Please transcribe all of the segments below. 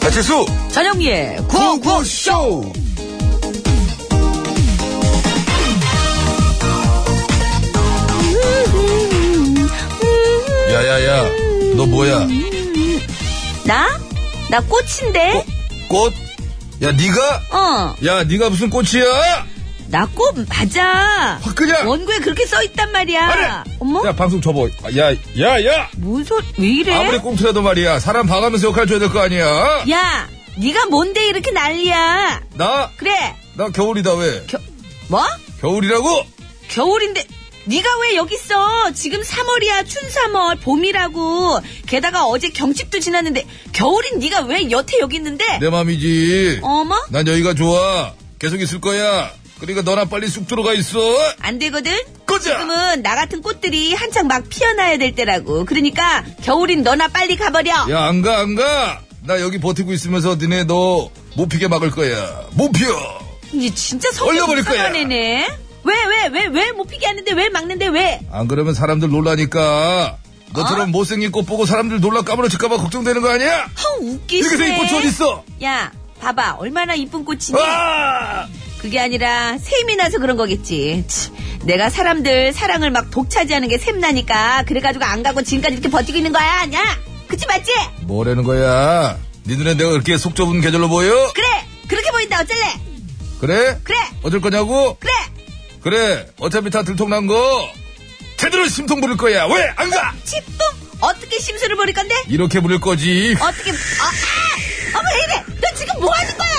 배칠수 전영미의 구호구쇼! 야야야 너 뭐야 나? 나 꽃인데? 꽃? 야 네가? 어, 야 네가 무슨 꽃이야? 나 꽃 맞아. 확 그냥 원고에 그렇게 써있단 말이야. 말해! 어머? 야 방송 접어 야야야 뭔 소리, 왜 이래? 아무리 꽁트라도 말이야 사람 봐가면서 역할 줘야 될 거 아니야 야, 네가 뭔데 이렇게 난리야? 나? 그래, 나 겨울이다 왜 겨, 뭐? 겨울이라고? 겨울인데 네가 왜 여기 있어? 지금 3월이야 춘삼월 봄이라고 게다가 어제 경칩도 지났는데 겨울인 네가 왜 여태 여기 있는데? 내 맘이지 어머 난 여기가 좋아 계속 있을 거야 그러니까 너나 빨리 쑥 들어가 있어 안 되거든. 꺼져! 지금은 나 같은 꽃들이 한창 막 피어나야 될 때라고. 그러니까 겨울인 너나 빨리 가버려. 야 안 가 안 가 나 여기 버티고 있으면서 니네 너 못 피게 막을 거야 못 피어 이 진짜 성격 얼려버릴 거야. 이상한 애네. 왜 왜 왜 왜 못 피게 하는데 왜 막는데 왜? 안 그러면 사람들 놀라니까. 너처럼 못생긴 꽃 보고 사람들 놀라 까무러칠까봐 걱정되는 거 아니야? 펑 웃기시네. 이렇게 생긴 꽃이 어딨어? 야 봐봐 얼마나 이쁜 꽃이니? 아! 그게 아니라 셈이 나서 그런 거겠지. 치, 내가 사람들 사랑을 막 독차지하는 게 셈나니까 그래가지고 안 가고 지금까지 이렇게 버티고 있는 거야 아니야? 그치 맞지? 뭐라는 거야? 니들은 내가 그렇게 속 좁은 계절로 보여? 그래 그렇게 보인다 어쩔래? 그래? 그래 어쩔 거냐고? 그래 그래. 어차피 다 들통난 거. 제대로 심통 부릴 거야. 왜 안 가? 치뿡 어떻게 심술을 부릴 건데? 이렇게 부릴 거지. 어떻게 어, 아! 어머 이래 너 지금 뭐 하는 거야?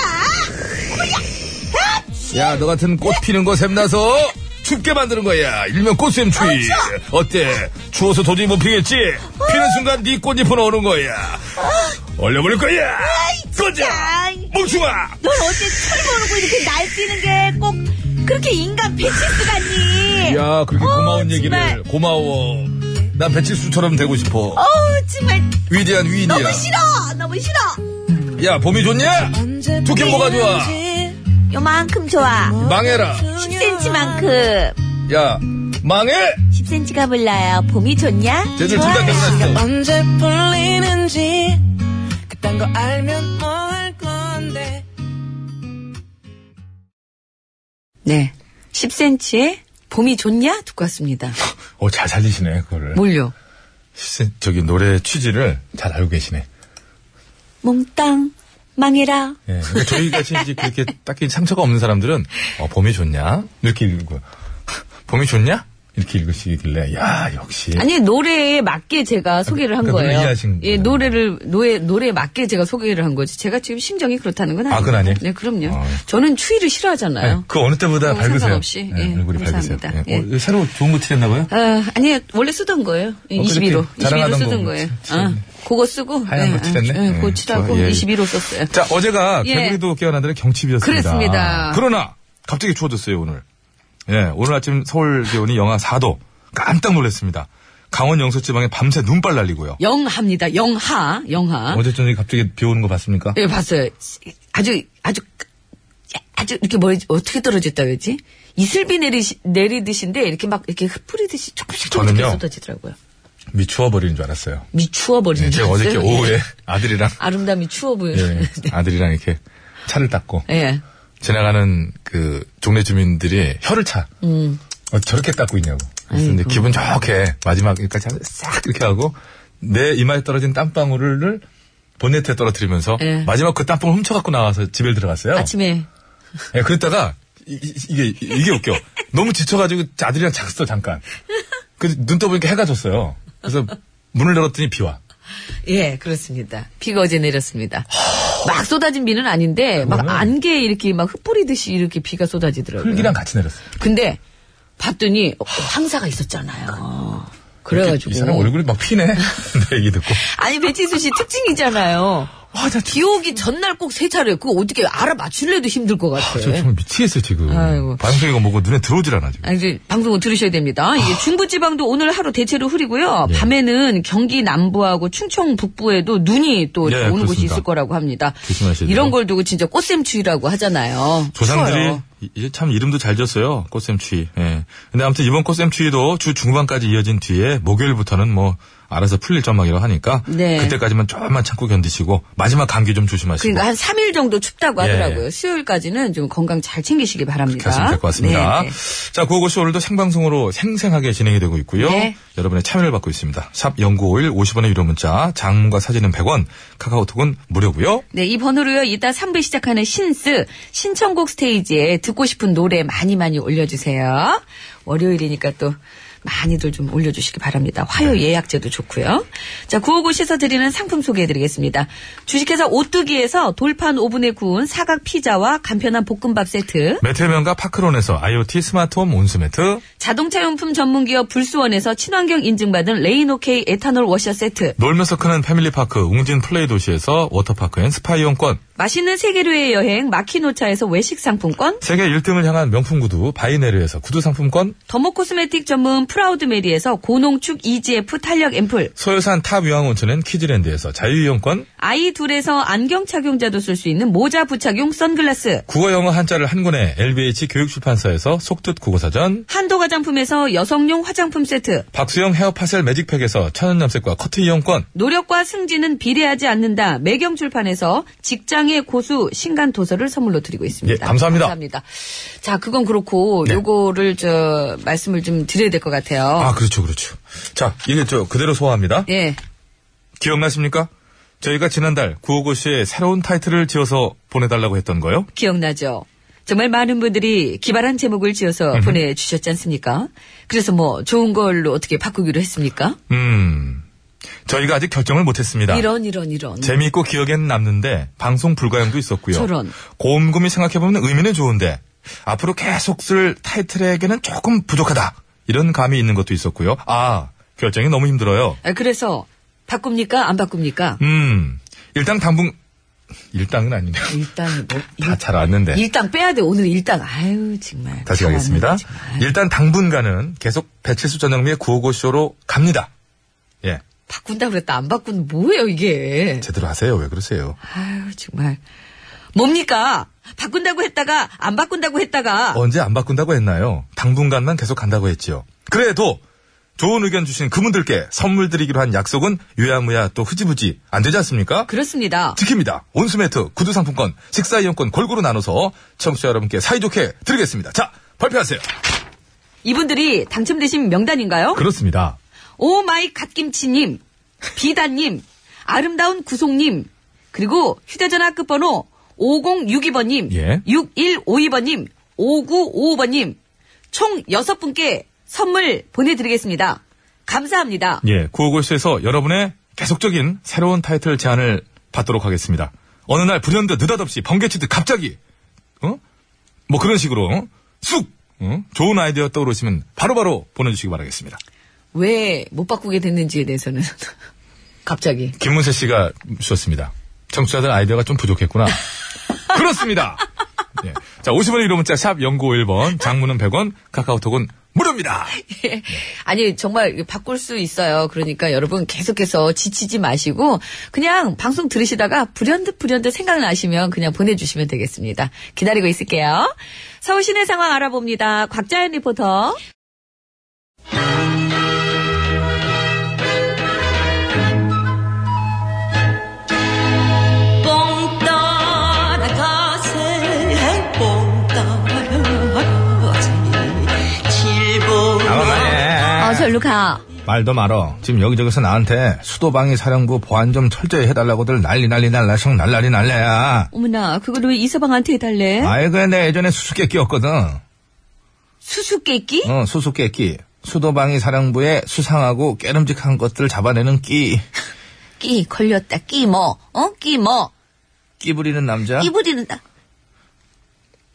어머야 아! 야, 너 같은 꽃 피는 거 샘나서 춥게 만드는 거야. 일명 꽃샘 추위. 어, 어때? 추워서 도저히 못 피겠지? 피는 순간 네 꽃잎은 오는 거야. 어. 얼려버릴 거야. 꺼져! 아이, 멍충아! 넌 어째 철 모르고 이렇게 날뛰는 게 꼭 그렇게 인간 배치수 같니? 야, 그렇게 어, 고마운 얘기를. 정말. 고마워. 난 배칠수처럼 되고 싶어. 어우 정말 위대한 위인이야. 너무 싫어 너무 싫어 야, 봄이 좋냐? 두께 뭐가 좋아? 요만큼 좋아 망해라. 10cm만큼 야, 망해! 10cm가 몰라요 봄이 좋냐? 쟤들 둘 다 시간 끝났어. 언제 풀리는지 그딴 거 알면 뭐 할 건데 네 10cm의 봄이 좋냐? 듣고 왔습니다 어, 잘 살리시네, 그거를. 뭘요? 시- 저기 노래 취지를 잘 알고 계시네. 몽땅 망해라 예. 그러니까 저희 같이 이제 그렇게 딱히 상처가 없는 사람들은, 어, 봄이 좋냐? 이렇게 읽고, 봄이 좋냐? 이렇게 읽으시길래, 야, 역시. 아니 노래에 맞게 제가 소개를 한 그러니까 거예요. 노래 이해하신 예, 거예요. 노래를 노래 노래에 맞게 제가 소개를 한 거지. 제가 지금 심정이 그렇다는 건 아니에요. 아, 그건 아니에요? 네, 그럼요. 어. 저는 추위를 싫어하잖아요. 그 어느 때보다 그건 밝으세요. 상관없이. 예, 예, 얼굴이 밝으세요. 감사합니다. 예. 어, 새로 좋은 거 틀렸나봐요? 어, 아, 아니, 원래 쓰던 거예요. 21호. 네. 그렇게 21호 자랑하던 쓰던 거 거예요. 칠했네. 아, 그거 쓰고. 하얀 거 칠했네. 아, 예, 그거 예, 칠하고 좋아, 예. 21호 썼어요. 자, 어제가 예. 개구리도 깨어난다는 경칩이었습니다. 그랬습니다. 그러나 갑자기 추워졌어요, 오늘. 예, 오늘 아침 서울 기온이 영하 4도. 깜짝 놀랐습니다. 강원 영서 지방에 밤새 눈발 날리고요. 영하입니다. 영하. 영하. 어제 저녁에 갑자기 비 오는 거 봤습니까? 예, 봤어요. 아주, 아주, 아주, 이렇게 뭐, 어떻게 떨어졌다 그러지? 이슬비 내리시, 내리듯인데, 이렇게 막, 이렇게 흩뿌리듯이 조금씩 조금씩 저는요. 쏟아지더라고요. 미추어 버리는 줄 알았어요. 미추어버리는 예, 제가 줄 어저께 알았어요. 오후에 예. 아들이랑 아름다움이 추워 예, 보이는. 아들이랑 이렇게 차를 닦고 예. 지나가는 그 동네 주민들이 혀를 차. 어, 저렇게 닦고 있냐고. 그래서 이제 기분 좋게 마지막까지 한싹 이렇게 하고 내 이마에 떨어진 땀방울을 본네트에 떨어뜨리면서 예. 마지막 그 땀방울 훔쳐갖고 나와서 집에 들어갔어요. 아침에. 예, 그랬다가 이, 게 이게 웃겨. 너무 지쳐가지고 아들이랑 잤어 잠깐. 그눈 떠보니까 해가 졌어요. 그래서 문을 열었더니 비와. 예, 그렇습니다. 비가 어제 내렸습니다. 막 쏟아진 비는 아닌데, 막 그러면- 안개에 이렇게 막 흩뿌리듯이 이렇게 비가 쏟아지더라고요. 흙이랑 같이 내렸어요. 근데, 봤더니, 어, 황사가 있었잖아요. 그래가지고. 이 사람 얼굴이 막 피네. 내 얘기 듣고. 아니 배치수 씨 특징이잖아요. 와, 나 비 오기 전날 꼭 세차를 그거 어떻게 알아맞출래도 힘들 것 같아. 저 정말 미치겠어요 지금. 아이고. 방송 이거 뭐고 눈에 들어오질 않아 지금. 아, 이제 방송을 들으셔야 됩니다. 아. 이게 중부지방도 오늘 하루 대체로 흐리고요. 예. 밤에는 경기 남부하고 충청 북부에도 눈이 또 예, 오는 곳이 그렇습니다. 있을 거라고 합니다. 조심하셔야 돼요. 이런 걸 두고 진짜 꽃샘추위라고 하잖아요. 조상들이 추워요. 이- 이제 참 이름도 잘 지었어요. 꽃샘추위. 예. 근데 아무튼 이번 꽃샘추위도 주 중반까지 이어진 뒤에 목요일부터는 뭐 알아서 풀릴 전망이라고 하니까 네. 그때까지만 조금만 참고 견디시고 마지막 감기 좀 조심하시고 그러니까 한 3일 정도 춥다고 예. 하더라고요. 수요일까지는 좀 건강 잘 챙기시기 바랍니다. 이렇게 하시면 될 것 같습니다. 네, 네. 자, 구호고시 오늘도 생방송으로 생생하게 진행이 되고 있고요. 네. 여러분의 참여를 받고 있습니다. 샵 0951 50원의 유료 문자, 장문과 사진은 100원, 카카오톡은 무료고요. 네, 이 번호로요. 이따 3부 시작하는 신스 신청곡 스테이지에 듣고 싶은 노래 많이 많이 올려주세요. 월요일이니까 또 많이들 좀 올려주시기 바랍니다. 화요 예약제도 좋고요. 자, 구호고 씻어드리는 상품 소개해드리겠습니다. 주식회사 오뚜기에서 돌판 오븐에 구운 사각 피자와 간편한 볶음밥 세트, 메테면과 파크론에서 IoT 스마트홈 온수매트, 자동차 용품 전문기업 불수원에서 친환경 인증받은 레인오케이 에탄올 워셔 세트, 놀면서 크는 패밀리파크 웅진 플레이 도시에서 워터파크 앤 스파이용권, 맛있는 세계로의 여행 마키노차에서 외식 상품권, 세계 1등을 향한 명품 구두 바이네르에서 구두 상품권, 더모코스메틱 전문 프라우드메리에서 고농축 EGF 탄력 앰플, 소요산 탑 유황 온천엔 키즈랜드에서 자유이용권, 아이 둘에서 안경 착용자도 쓸 수 있는 모자 부착용 선글라스, 국어 영어 한자를 한 권에 LBH 교육출판사에서 속뜻 국어사전, 한도 화장품에서 여성용 화장품 세트, 박수영 헤어 파셀 매직팩에서 천연 염색과 커트 이용권, 노력과 승진은 비례하지 않는다. 매경출판에서 직장의 고수 신간 도서를 선물로 드리고 있습니다. 예, 감사합니다. 네. 감사합니다. 자, 그건 그렇고 요거를 저 말씀을 좀 드려야 될 것 같아요. 아, 그렇죠, 그렇죠. 자, 이게 저 그대로 소화합니다. 예. 기억나십니까? 저희가 지난달 구호고 씨의 새로운 타이틀을 지어서 보내달라고 했던 거요. 기억나죠? 정말 많은 분들이 기발한 제목을 지어서 보내주셨지 않습니까? 그래서 뭐 좋은 걸로 어떻게 바꾸기로 했습니까? 음, 저희가 아직 결정을 못했습니다. 이런 이런 이런. 재미있고 기억엔 남는데 방송 불가용도 있었고요. 저런. 곰곰이 생각해보면 의미는 좋은데 앞으로 계속 쓸 타이틀에게는 조금 부족하다. 이런 감이 있는 것도 있었고요. 아, 결정이 너무 힘들어요. 아, 그래서 바꿉니까? 안 바꿉니까? 음, 일단 당분, 일당은 아니네요. 일단 뭐 다 잘 왔는데. 일당 빼야 돼. 오늘 일당. 아유 정말. 아, 네. 다시 참하네, 가겠습니다. 정말. 일단 당분간은 계속 배칠수 전영미의 구호고쇼로 갑니다. 예, 바꾼다 그랬다 안 바꾼 뭐예요 이게? 제대로 하세요. 왜 그러세요? 아유 정말. 뭡니까? 바꾼다고 했다가 안 바꾼다고 했다가 언제 안 바꾼다고 했나요? 당분간만 계속 간다고 했지요. 그래도 좋은 의견 주신 그분들께 선물 드리기로 한 약속은 유야무야 또 흐지부지 안 되지 않습니까? 그렇습니다. 지킵니다. 온수매트, 구두상품권, 식사이용권 골고루 나눠서 청취자 여러분께 사이좋게 드리겠습니다. 자, 발표하세요. 이분들이 당첨되신 명단인가요? 그렇습니다. 오마이 갓김치님, 비다님, 아름다운 구송님, 그리고 휴대전화 끝번호 5062번님, 예. 6152번님, 5955번님, 총 6분께 선물 보내드리겠습니다. 감사합니다. 예, 구호골수에서 여러분의 계속적인 새로운 타이틀 제안을 받도록 하겠습니다. 어느 날 불현듯 느닷없이 번개치듯 갑자기, 어? 뭐 그런 식으로, 어? 쑥! 어? 좋은 아이디어 떠오르시면 바로바로 보내주시기 바라겠습니다. 왜 못 바꾸게 됐는지에 대해서는 갑자기. 김문세 씨가 주셨습니다. 청취자들 아이디어가 좀 부족했구나. 그렇습니다! 예. 자, 50원의 유료 문자 샵 0951번, 장문은 100원, 카카오톡은 무료입니다! 아니 정말 바꿀 수 있어요. 그러니까 여러분 계속해서 지치지 마시고 그냥 방송 들으시다가 불현듯 불현듯 생각나시면 그냥 보내주시면 되겠습니다. 기다리고 있을게요. 서울 시내 상황 알아봅니다. 곽자연 리포터. 뽕 따라가세 뽕 따라가세 칠보 어, 절로 가. 말도 말어. 지금 여기저기서 나한테 수도방위 사령부 보안 좀 철저히 해달라고들 난리 난리 날라성 날라리 날라야. 어머나 그걸 왜 이서방한테 해달래? 아이 그래 내 예전에 수수께끼였거든. 수수께끼? 어 수수께끼. 수도방위 사령부의 수상하고 깨름직한 것들 잡아내는 끼. 끼 걸렸다. 끼 뭐? 어? 끼 뭐? 끼 부리는 남자. 끼 부리는다.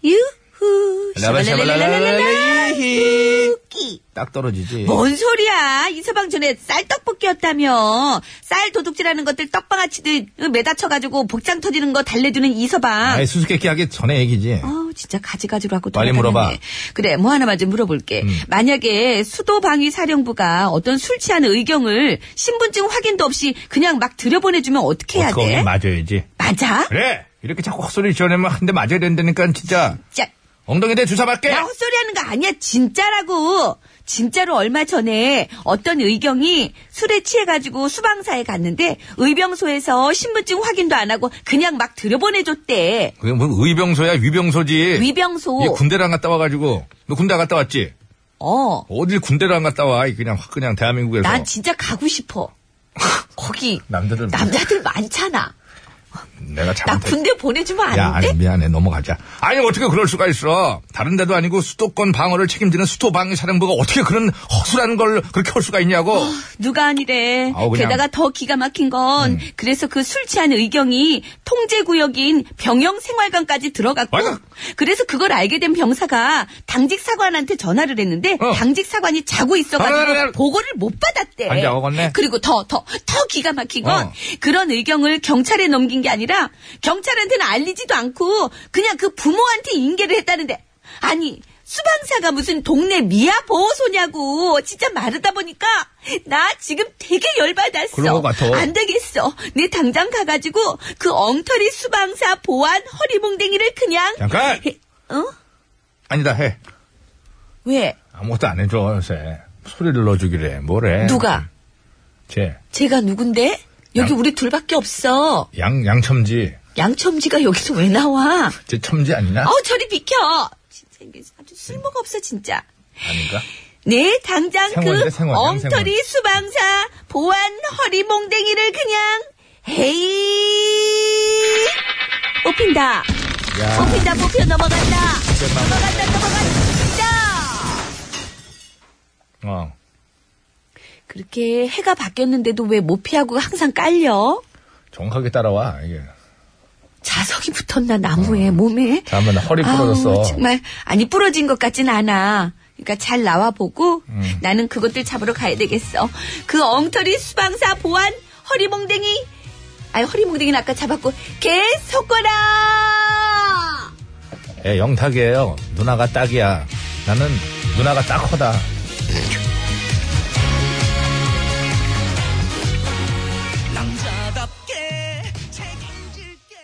유후. 라바샤바라라라라. 이히. 끼. 딱 떨어지지. 뭔 소리야? 이서방 전에 쌀떡볶이였다며. 쌀 도둑질하는 것들 떡방아치듯 매다쳐가지고 복장 터지는 거 달래주는 이서방. 아이 수수께끼 하기 전에 얘기지. 아우 진짜 가지가지로 하고 빨리 돌아다녔네. 물어봐. 음. 그래 뭐 하나만 좀 물어볼게. 만약에 수도방위사령부가 어떤 술 취한 의경을 신분증 확인도 없이 그냥 막 들여보내주면 어떻게 해야 돼? 맞아야지. 맞아? 그래. 이렇게 자꾸 헛소리 지어내면 한 대 맞아야 된다니까 진짜 진짜 예. 엉덩이 대 주사 받게. 나 헛소리하는 거 아니야 진짜라고. 진짜로 얼마 전에 어떤 의경이 술에 취해가지고 수방사에 갔는데 의병소에서 신분증 확인도 안 하고 그냥 막 들여보내줬대. 그게 뭐 의병소야 위병소지. 위병소. 예. 이 군대를 안 갔다 와가지고 너 군대 안 갔다 왔지? 어. 어딜 군대를 안 갔다 와? 이 그냥 확 그냥 대한민국에서. 난 진짜 가고 싶어. 거기 남자들 남자들 많잖아. 내가 나 잘못했. 군대 보내주면 안 돼? 야, 아니 미안해 넘어가자. 아니 어떻게 그럴 수가 있어? 다른 데도 아니고 수도권 방어를 책임지는 수도방위사령부가 어떻게 그런 허술한 걸 그렇게 할 수가 있냐고. 누가 아니래. 아우, 그냥. 음. 게다가 더 기가 막힌 건 그래서 그 술 취한 의경이 통제 구역인 병영 생활관까지 들어갔고 맞아. 그래서 그걸 알게 된 병사가 당직 사관한테 전화를 했는데 어. 당직 사관이 자고 있어가지고 알아, 알아, 알아. 보고를 못 받았대. 안 자고 갔네. 그리고 더 더 더 기가 막힌 건 어. 그런 의경을 경찰에 넘긴 게 아니라 경찰한테는 알리지도 않고 그냥 그 부모한테 인계를 했다는데 아니 수방사가 무슨 동네 미아 보호소냐고 진짜 말하다 보니까 나 지금 되게 열받았어. 그런 것 같아. 안 되겠어. 내 당장 가가지고 그 엉터리 수방사 보안 허리몽댕이를 그냥 잠깐. 어? 아니다 해. 왜? 아무것도 안 해줘 요새. 소리를 넣어주기래. 뭐래? 누가? 쟤. 제가 누군데? 여기 양- 우리 둘밖에 없어. 양 양첨지. 양첨지가 여기서 왜 나와? 쟤 첨지 아니냐? 아우 저리 비켜. 진짜 이게 아주 쓸모가 없어 진짜. 아닌가? 네 당장 생원이래, 그 생원, 엉터리 수방사 보안 허리 몽댕이를 그냥 헤이 뽑힌다. 뽑힌다 뽑혀 넘어간다. 넘어간다 넘어간다. 어. 그렇게 해가 바뀌었는데도 왜 못 피하고 항상 깔려? 정확하게 따라와 이게. 자석이 붙었나 나무에 몸에? 다음번나 아, 허리 부러졌어. 아우, 정말 아니 부러진 것 같진 않아. 그러니까 잘 나와 보고 음. 나는 그것들 잡으러 가야 되겠어. 그 엉터리 수방사 보안 허리몽댕이 아니 허리몽댕이는 아까 잡았고 계속 거라. 예, 영탁이에요. 누나가 딱이야. 나는 누나가 딱 허다. 남자답게 책임질게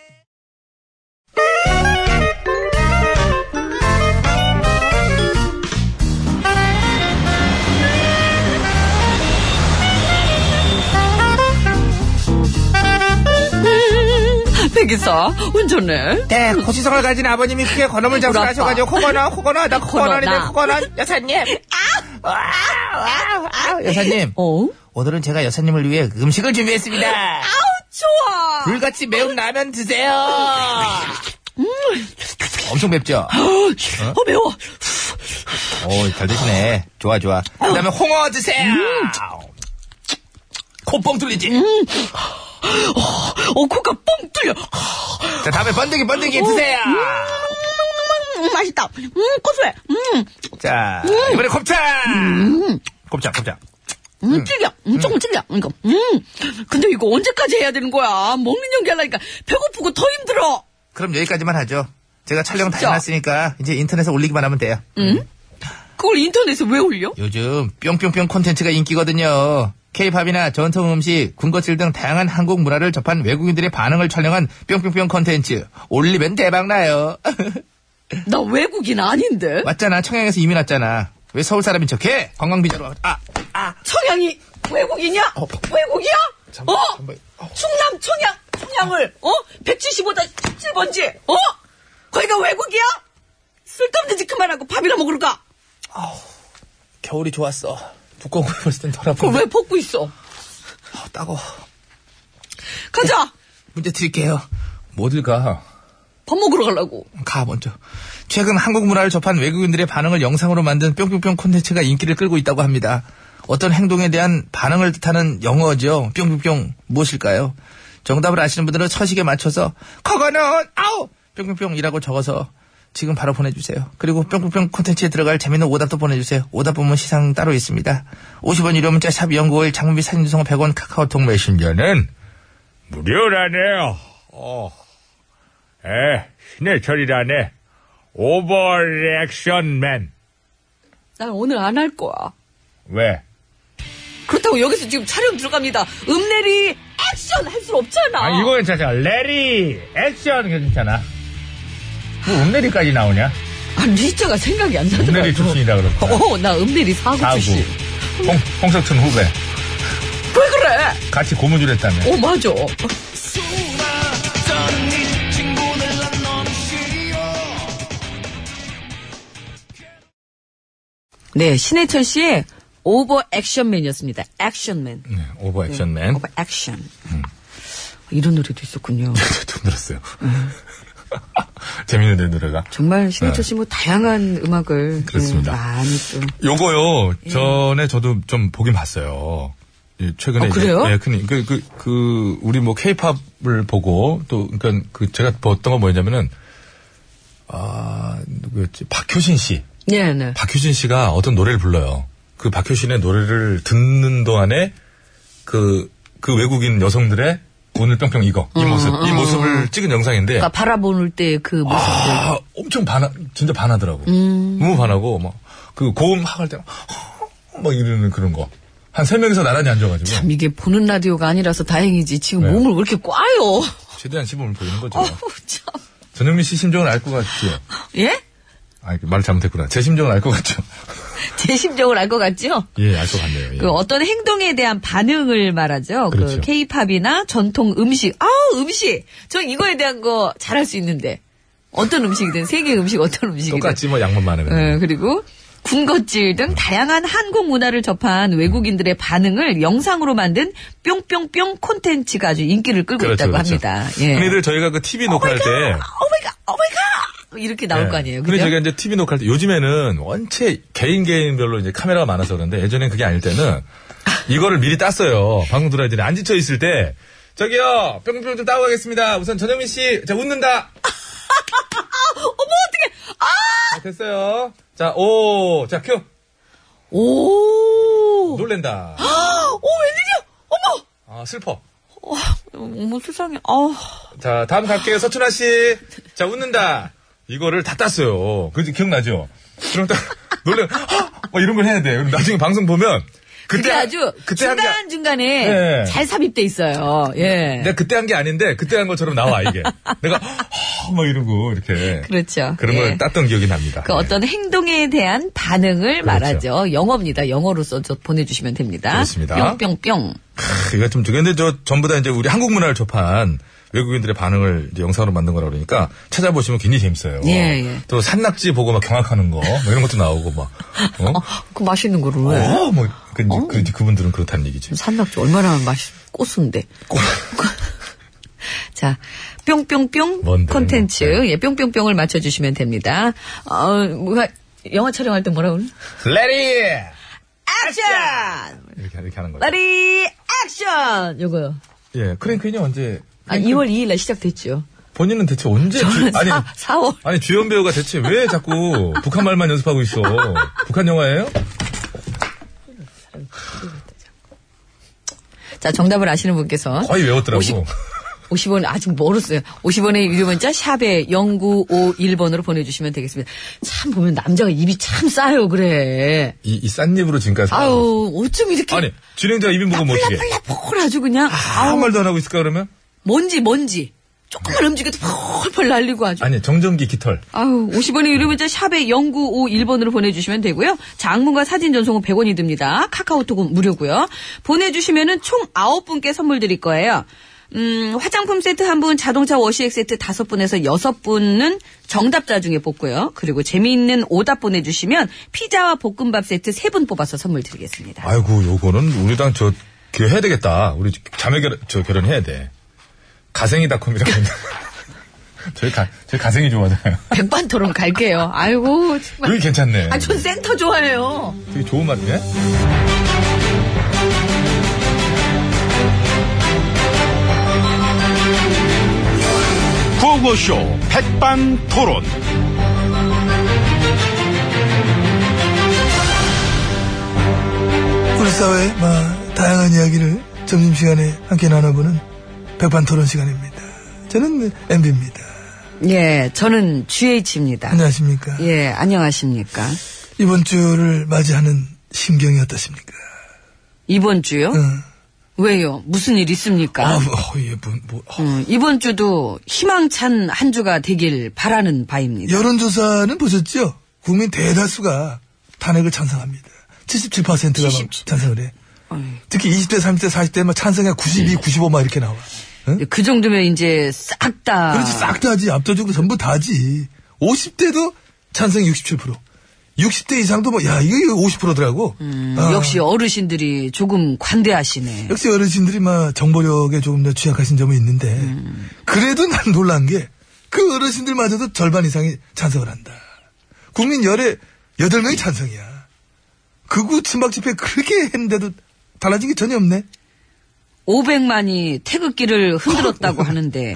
백이사 운전해. 네, 고시성을 가진 아버님이 크게 건어물 장사를 울었다. 하셔가지고 코건어, 코건어, 나 코건어인데 코건어, 나. 코건어 여사님. 아, 아, 아, 여사님, 어? 오늘은 제가 여사님을 위해 음식을 준비했습니다. 좋아. 불같이 매운 라면 드세요. 엄청 맵죠? 어 매워. 오, 잘 드시네. 좋아, 좋아. 그 다음에 홍어 드세요. 콧뻥 뚫리지? 어 코가 뻥 뚫려. 자, 다음에 번데기, 번데기 드세요. 음, 맛있다. 음 고소해. 음, 자, 이번에 곱창! 곱창, 곱창. 음, 찔려. 음, 조금 찔려. 이거. 음. 근데 이거 언제까지 해야 되는 거야? 먹는 연기 하려니까 배고프고 더 힘들어. 그럼 여기까지만 하죠. 제가 촬영 다 진짜? 음? 해놨으니까 이제 인터넷에 올리기만 하면 돼요. 그걸 인터넷에 왜 올려? 요즘 뿅뿅뿅 콘텐츠가 인기거든요. 케이팝이나 전통 음식, 군것질 등 다양한 한국 문화를 접한 외국인들의 반응을 촬영한 뿅뿅뿅 콘텐츠. 올리면 대박나요. 나 외국인 아닌데. 왔잖아. 청양에서 이민 왔잖아. 왜 서울 사람인 척해? 관광비자로 와. 아, 청양이 외국이냐? 외국이야? 어? 충남 청양, 청양을, 어? 175다 7번지, 어? 거기가 외국이야? 쓸데없는 짓 그만하고 밥이나 먹으러 가. 겨울이 좋았어. 두꺼운 거 입었을 땐 덜 아픈데. 네. 그걸 왜 벗고 있어? 아, 따가워. 가자! 문제 드릴게요. 뭐들 가. 밥 먹으러 가려고. 가 먼저. 최근 한국 문화를 접한 외국인들의 반응을 영상으로 만든 뿅뿅뿅 콘텐츠가 인기를 끌고 있다고 합니다. 어떤 행동에 대한 반응을 뜻하는 영어죠. 뿅뿅뿅 무엇일까요? 정답을 아시는 분들은 서식에 맞춰서 그거는 아우 뿅뿅뿅이라고 적어서 지금 바로 보내주세요. 그리고 뿅뿅뿅 콘텐츠에 들어갈 재밌는 오답도 보내주세요. 오답 보면 시상 따로 있습니다. 50원 유료 문자 샵 연구일 장비 사진 주송 100원 카카오톡 메신 신전은 무료라네요. 어. 에, 신해철이라네. 오버렉션맨. 난 오늘 안 할 거야. 왜? 그렇다고 여기서 지금 촬영 들어갑니다. 음내리 액션 할 수 없잖아. 아, 이거 괜찮아. 레리, 액션 괜찮아. 뭐, 음내리까지 그 나오냐? 아, 리자가 생각이 안 그렇죠. 나더라고. 내리 출신이라 그러고. 어, 나 은밀히 사고 사구. 출신. 홍, 홍석천 후배. 왜 그래? 같이 고무줄 했다며. 어, 맞아. 네, 신해철 씨의 오버 액션맨이었습니다. 액션맨. 네, 오버 액션맨. 오버 액션. 음. 이런 노래도 있었군요. 처음 들었어요. 재밌는데, 노래가. 정말 신해철 씨 뭐 다양한 음악을 네. 그렇습니다. 네, 많이 또 요거요. 예. 전에 저도 좀 보긴 봤어요. 이 최근에 아, 이제- 그래요? 예, 그, 그, 그, 그 우리 뭐 케이팝을 보고 또 그러니까 그 제가 봤던 건 뭐였냐면은 아 누구였지 박효신 씨 네, 네. 박효신 씨가 어떤 노래를 불러요. 그 박효신의 노래를 듣는 동안에 그, 그 외국인 여성들의 오늘 뿅뿅 이거, 이 모습, 이 모습을 찍은 영상인데, 음. 그러니까 바라볼 때 그 모습들. 아, 엄청 반하, 진짜 반하더라고. 너무 반하고, 막, 그 고음 하갈 때, 막, 막 이러는 그런 거. 한 세 명이서 나란히 앉아가지고, 참 이게 보는 라디오가 아니라서 다행이지. 지금 네. 몸을 왜 이렇게 꽈요? 최대한 시범을 보이는 거죠. 어우, 참. 전영민 씨 심정은 알 것 같죠? 예? 아, 말 잘못했구나. 제 심정은 알 것 같죠? 제 심정을 알 것 같죠? 예, 알 것 같네요. 예. 그 어떤 행동에 대한 반응을 말하죠. 그 그렇죠. 케이팝이나 전통 음식. 아 음식. 저 이거에 대한 거 잘할 수 있는데. 어떤 음식이든 세계 음식 어떤 음식이든. 똑같지, 뭐, 양만 많으면. 예, 그리고 군것질 등 다양한 한국 문화를 접한 외국인들의 반응을 영상으로 만든 뿅뿅뿅 콘텐츠가 아주 인기를 끌고 있다고 합니다. 예. 그렇죠, 흔히들 저희가 그 TV 녹화할 때, 오마이갓, 오마이갓! 이렇게 나올 거 아니에요. 네. 근데 그죠? 저희가 이제 TV 녹화할 때 요즘에는 원체 개인 개인별로 이제 카메라가 많아서 그런데 예전엔 그게 아닐 때는 이거를 미리 땄어요. 방송 들어야 되는데 안 지쳐 있을 때 저기요 뿅뿅 좀 따고 가겠습니다. 우선 전영민 씨, 자 웃는다. 어머 어떡해. 아 됐어요. 자 오, 자 큐. 오, 놀랜다. 오, 웬일이야? 어머! 아 슬퍼. 어머, 세상에. 아우. 자 다음 갈게요 서춘아 씨. 자 웃는다. 이거를 다 땄어요. 그 기억나죠? 그럼 딱 놀래. 헉! 막 이런 걸 해야 돼. 그럼 나중에 방송 보면. 그게 그때 하- 아주 그때 한게 중간중간에 예. 잘 삽입돼 있어요. 예. 내가 그때 한 게 아닌데 그때 한 것처럼 나와 이게. 내가 막 이러고 이렇게 그렇죠. 그런 걸 예. 땄던 기억이 납니다. 그 네. 어떤 행동에 대한 반응을 말하죠. 영어입니다. 영어로 써서 보내주시면 됩니다. 그렇죠. 그렇습니다. 뿅뿅뿅. 크, 아, 이거 좀 근데 저 전부 다 이제 우리 한국 문화를 접한 외국인들의 반응을 이제 영상으로 만든 거라 그러니까 찾아보시면 굉장히 재밌어요. 예, 예. 또 산낙지 보고 막 경악하는 거, 뭐 이런 것도 나오고 막. 어? 그 맛있는 거를 왜? 어, 뭐 그, 그, 분들은 그렇다는 얘기죠. 산낙지 얼마나 맛있, 꼬순데. 자, 뿅뿅뿅 뭔데? 콘텐츠. 네. 예, 뿅뿅뿅을 맞춰주시면 됩니다. 어, 뭐가, 영화 촬영할 때 뭐라 그러나? 레디 액션! 이렇게 이렇게 하는 거죠. 레디, 액션! 요거요. 예, 크랭크인이 언제? 아, 2월 2일 날 시작됐죠. 본인은 대체 언제? 주- 아니 사, 4월. 아니 주연 배우가 대체 왜 자꾸 북한 말만 연습하고 있어? 북한 영화예요? 자, 정답을 아시는 분께서 거의 외웠더라고. 50원 아직 멀었어요. 50원의 유료 문자 샵에 0951번으로 보내주시면 되겠습니다. 참 보면 남자가 입이 참 싸요 그래. 이, 이 싼입으로 지금까지. 살아왔어. 아유 어쩜 이렇게 아니 진행자 입이 무거워 못 이게. 폴라폴라 폴 아주 그냥 아, 아무 말도 음. 안 하고 있을까 그러면? 뭔지 뭔지 조금만 움직여도 펄펄 날리고 아주. 아니 정전기 깃털. 아유, 50원의 유료 문자 샵에 0951번으로 보내주시면 되고요. 장문과 사진 전송은 100원이 듭니다. 카카오톡은 무료고요. 보내주시면은 총 9분께 선물 드릴 거예요. 음, 화장품 세트 한분 자동차 워시액 세트 5분에서 6분은 정답자 중에 뽑고요. 그리고 재미있는 오답 보내주시면 피자와 볶음밥 세트 3분 뽑아서 선물 드리겠습니다. 아이고 요거는 우리 당저 해야 되겠다. 우리 자매 결혼 저 결혼해야 돼. 가생이닷컴이라고. 저희 가 저희 가생이 좋아하잖아요. 백반 토론 갈게요. 아이고, 여기 정말. 괜찮네. 아, 전 센터 좋아해요. 되게 좋은 말이네. 구호쇼 백반 토론. 우리 사회의 마- 다양한 이야기를 점심시간에 함께 나눠보는 백반토론 시간입니다. 저는 MB입니다. 예, 저는 GH입니다. 네. 안녕하십니까. 예, 안녕하십니까. 이번 주를 맞이하는 심경이 어떠십니까? 이번 주요? 응. 왜요? 무슨 일 있습니까? 아, 뭐, 어, 예, 뭐, 뭐, 어. 음, 이번 주도 희망찬 한 주가 되길 바라는 바입니다. 여론조사는 보셨죠? 국민 대다수가 탄핵을 찬성합니다. 77%가 찬성을 해. 특히 20대, 30대, 40대 막 찬성이 92, 네. 95 막 이렇게 나와. 응? 그 정도면 이제 싹 다. 그렇지 싹 다지. 압도적으로 전부 다지. 50대도 찬성 67%. 60대 이상도 뭐, 야, 이거 50%더라고. 아. 음, 역시 어르신들이 조금 관대하시네. 역시 어르신들이 막 정보력에 조금 더 취약하신 점은 있는데, 그래도 난 놀란 게, 그 어르신들마저도 절반 이상이 찬성을 한다. 국민 열에 8명이 찬성이야. 극우 친박 집회 그렇게 했는데도 달라진 게 전혀 없네. 500만이 태극기를 흔들었다고 하는데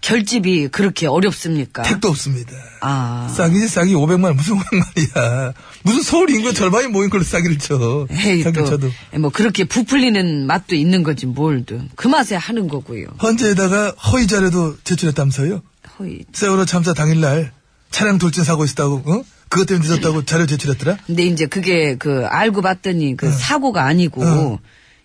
결집이 그렇게 어렵습니까? 택도 없습니다. 아. 싸기지 싸기 500만 무슨 500만이야. 무슨 서울 인구 절반이 모인 걸로 싸기를 쳐. 에이, 싸기를 쳐도. 또, 뭐, 그렇게 부풀리는 맛도 있는 건지 뭘든. 그 맛에 하는 거고요. 헌재에다가 허위 자료도 제출했다면서요. 허이. 세월호 참사 당일날 차량 돌진 사고 있었다고, 어? 그것 때문에 늦었다고 자료 제출했더라? 근데 이제 그게 그, 알고 봤더니 그 사고가 아니고, 응.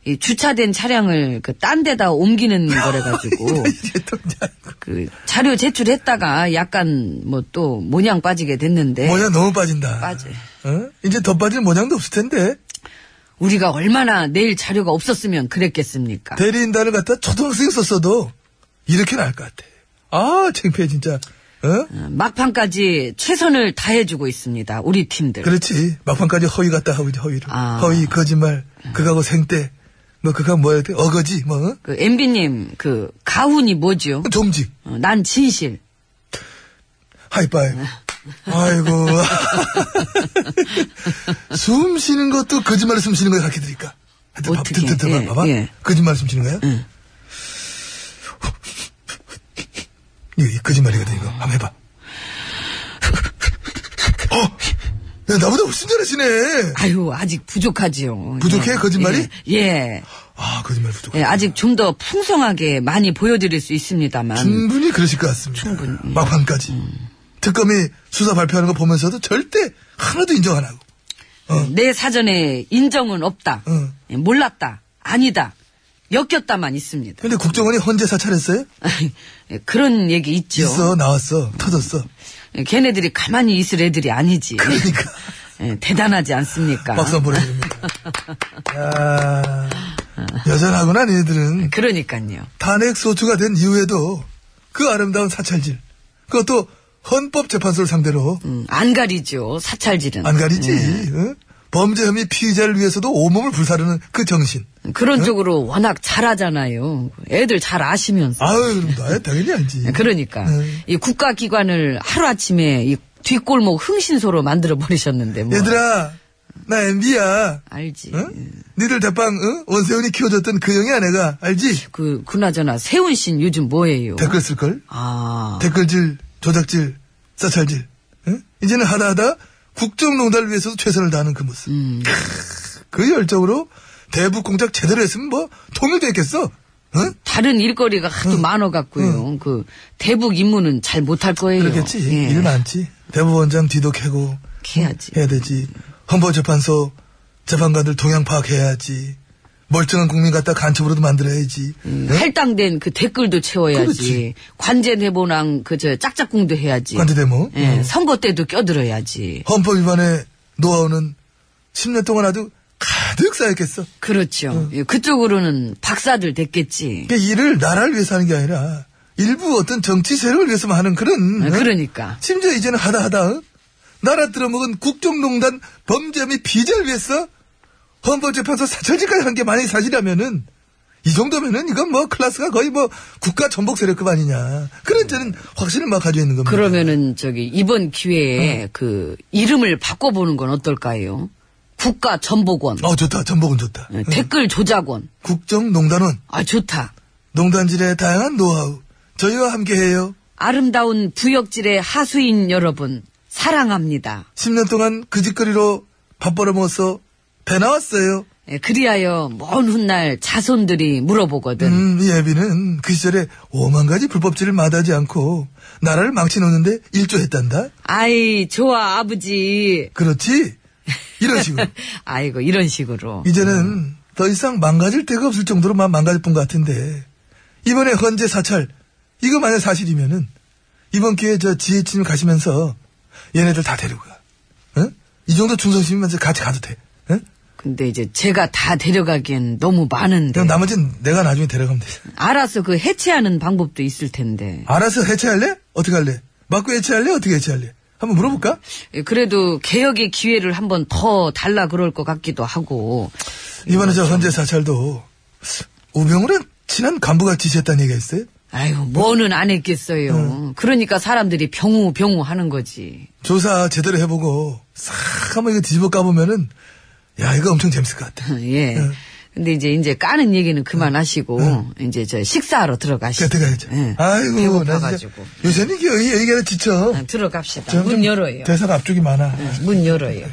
이 주차된 차량을 그 딴 데다 옮기는 거래가지고, 이게 또 그냥 그 자료 제출했다가 약간 뭐 또 모냥 빠지게 됐는데. 모양 너무 빠진다. 예. 빠지. 어? 이제 더 빠질 모양도 없을 텐데. 우리가 얼마나 내일 자료가 없었으면 그랬겠습니까? 대리인단을 갖다 초등학생이 썼어도 이렇게 나을 것 같아. 아, 창피해, 진짜. 어? 어, 막판까지 최선을 다해주고 있습니다. 우리 팀들. 그렇지. 막판까지 허위 같다 하고 이제 허위로. 아. 허위, 거짓말, 그거하고 생떼, 뭐 그거 뭐야, 돼? 어거지, 뭐, 어? 그 MB님 그 가훈이 뭐지요? 좀지, 어, 난 진실. 하이파이브. 아이고. 숨 쉬는 것도 거짓말로 숨 쉬는 거야, 가르쳐 드릴까? 하여튼 봐, 어떻게, 듣, 예, 봐, 봐봐. 예. 거짓말로 숨 쉬는 거야? 이거, 이 거짓말이거든, 이거. 한번 해봐. 어? 야, 나보다 훨씬 잘하시네. 아유 아직 부족하지요. 부족해? 예. 거짓말이? 예. 예. 아, 거짓말 부족해. 예, 아직 좀 더 풍성하게 많이 보여드릴 수 있습니다만. 충분히 그러실 것 같습니다. 예. 막판까지. 음. 특검이 수사 발표하는 거 보면서도 절대 하나도 인정 안 하고. 예, 내 사전에 인정은 없다. 응. 예, 몰랐다. 아니다. 엮였다만 있습니다. 근데 국정원이 헌재 사찰했어요? 예, 그런 얘기 있죠. 있어, 나왔어, 터졌어. 예, 걔네들이 가만히 있을 애들이 아니지. 그러니까. 예, 대단하지 않습니까? 박수 한번 보내드립니다. 야 여전하구나, 얘들은. 그러니까요. 탄핵 소추가 된 이후에도 그 아름다운 사찰질. 그것도 헌법재판소를 상대로 음, 안 가리죠. 사찰질은. 예, 안 가리지. 응? 범죄 혐의 피의자를 위해서도 온몸을 불사르는 그 정신. 그런 쪽으로 워낙 잘하잖아요. 애들 잘 아시면서. 아유, 그럼 나 당연히 알지. 그러니까 음. 이 국가기관을 하루아침에 이 뒷골목 흥신소로 만들어 버리셨는데 뭐 얘들아, 나 MB야. 알지 니들 대빵, 응? 원세훈이 키워줬던 그 형이 아내가, 알지? 그 그나저나 세훈 씨는 요즘 뭐예요? 댓글 쓸걸? 아 댓글질, 조작질, 사찰질. 응? 이제는 하다하다 국정농단을 위해서도 최선을 다하는 그 모습. 음, 크으, 그 열정으로 대북 공작 제대로 했으면 뭐 통일됐겠어. 응? 다른 일거리가 하도 많아 갖고요. 그 대북 임무는 잘 못할 거예요. 그렇겠지. 예. 일 많지. 대법원장 뒤도 캐고 해야지. 해야 되지. 헌법재판소 재판관들 동향 파악해야지. 멀쩡한 국민 갖다 간첩으로도 만들어야지. 응? 할당된 그 댓글도 채워야지. 네? 그렇지. 관제 대보랑 그 저 짝짝꿍도 해야지. 관제대모. 예, 선거 때도 껴들어야지. 헌법 위반의 노하우는 10년 동안 아주 가득 쌓였겠어. 그렇죠. 예, 그쪽으로는 박사들 됐겠지. 그러니까 일을 나라를 위해서 하는 게 아니라 일부 어떤 정치 세력을 위해서만 하는 그런 아, 어? 그러니까. 심지어 이제는 하다 하다 어? 나라 들어먹은 국정농단 범죄 및 비자를 위해서 헌법재판소 사찰직까지 한 게 만약에 사실이라면은 이 정도면은 이건 뭐 클라스가 거의 뭐 국가 전복 세력급 아니냐 그런 저는 확신을 막 가지고 있는 겁니다. 그러면은 저기 이번 기회에 그 이름을 바꿔보는 건 어떨까요? 국가 전복원, 어 좋다 전복은 좋다. 예, 댓글 조작원. 국정농단원 아 좋다. 농단질의 다양한 노하우 저희와 함께해요. 아름다운 부역질의 하수인 여러분 사랑합니다. 10년 동안 그 짓거리로 밥 벌어먹어서 배 나왔어요. 예, 그리하여 먼 훗날 자손들이 물어보거든. 음, 이 애비는 그 시절에 오만 가지 불법질을 마다하지 않고 나라를 망치놓는데 일조했단다? 아이 좋아 아버지. 그렇지? 이런 식으로. 아이고 이런 식으로. 이제는 더 이상 망가질 데가 없을 정도로만 망가질 뿐 같은데 이번에 헌재 사찰 이거 만약 사실이면은 이번 기회에 저 지혜진을 가시면서 얘네들 다 데리고 가. 응? 이 정도 충성심이면 이제 같이 가도 돼. 응? 근데 이제 제가 다 데려가기엔 너무 많은데. 그럼 나머지는 내가 나중에 데려가면 되지. 알아서 그 해체하는 방법도 있을 텐데. 알아서 해체할래? 어떻게 할래? 맞고 해체할래? 어떻게 해체할래? 한번 물어볼까? 예, 그래도 개혁의 기회를 한번 더 달라 그럴 것 같기도 하고. 이번에 저 헌재 사찰도 우병우랑 친한 간부가 지시했다는 얘기가 있어요? 아유, 뭐는 안 했겠어요. 네. 그러니까 사람들이 병우, 병우 하는 거지. 조사 제대로 해보고 싹 한번 이거 뒤집어 까보면은 야 이거 엄청 재밌을 것 같아. 예. 근데 이제 이제 까는 얘기는 그만하시고 네. 이제 저 식사하러 들어가시죠. 그래 네. 들어가야죠. 예. 아이고 나 진짜 배고파가지고 요새는 이게 여기 얘기가 지쳐. 아, 들어갑시다. 좀 문 열어요. 네. 대사가 앞쪽이 많아. 문 열어요.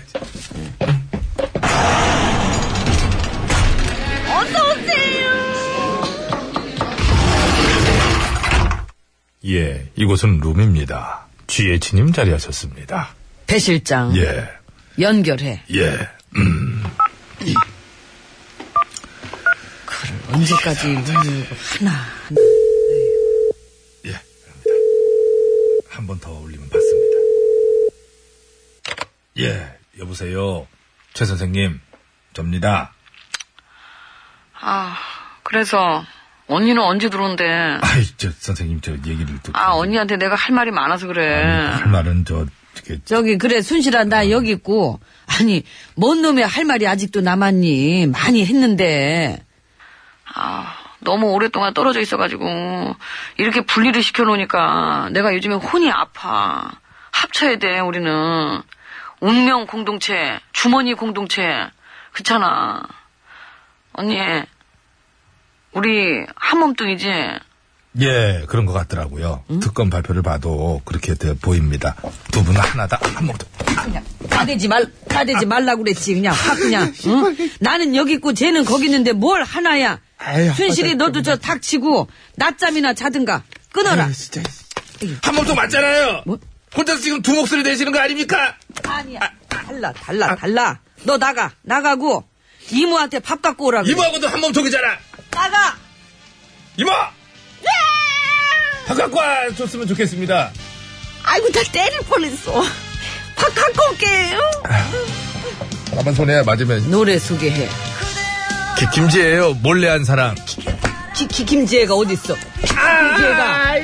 예, 이곳은 룸입니다. GH님 자리하셨습니다. 배 실장 예, 연결해. 예. 언제까지 문 열고 하나. 한 번 더 올리면 받습니다. 예, 여보세요. 최 선생님, 접니다. 아 그래서 언니는 언제 들어온대? 아, 아이, 저 선생님, 저 얘기를 또. 언니한테 내가 할 말이 많아서 그래. 할 말은 저, 이렇게. 저기 그래 순실아 나 여기 있고 아니 뭔 놈의 할 말이 아직도 남았니 많이 했는데 아 너무 오랫동안 떨어져 있어가지고 이렇게 분리를 시켜놓으니까 내가 요즘에 혼이 아파 합쳐야 돼 우리는 운명 공동체 주머니 공동체 그렇잖아 언니 우리 한 몸뚱이지 예, 그런 것 같더라고요. 특검 발표를 봐도 그렇게 돼 보입니다. 두 분은 하나다. 한 몸도. 그냥 까대지 말 까대지 말라고 그랬지 그냥 확 그냥 응? 나는 여기 있고 쟤는 거기 있는데 뭘 하나야 아유, 순실이 아빠다, 너도 저 닥치고 낮잠이나 자든가 끊어라 아유, 진짜. 한 몸도 맞잖아요! 뭐? 혼자서 지금 두 목소리 내시는 거 아닙니까? 아니야 달라 달라 달라 너 나가 나가고 이모한테 밥 갖고 오라고 그래. 이모하고도 한 몸통이잖아! 나가 이모! 밥 갖고 와! 줬으면 좋겠습니다. 아이고 나 때릴 뻔했어 밥 갖고 올게요 나만 손에 맞으면. 아, 노래 소개해 김지혜요, 몰래 한 사랑. 기, 기, 김지혜가 어딨어 김지혜가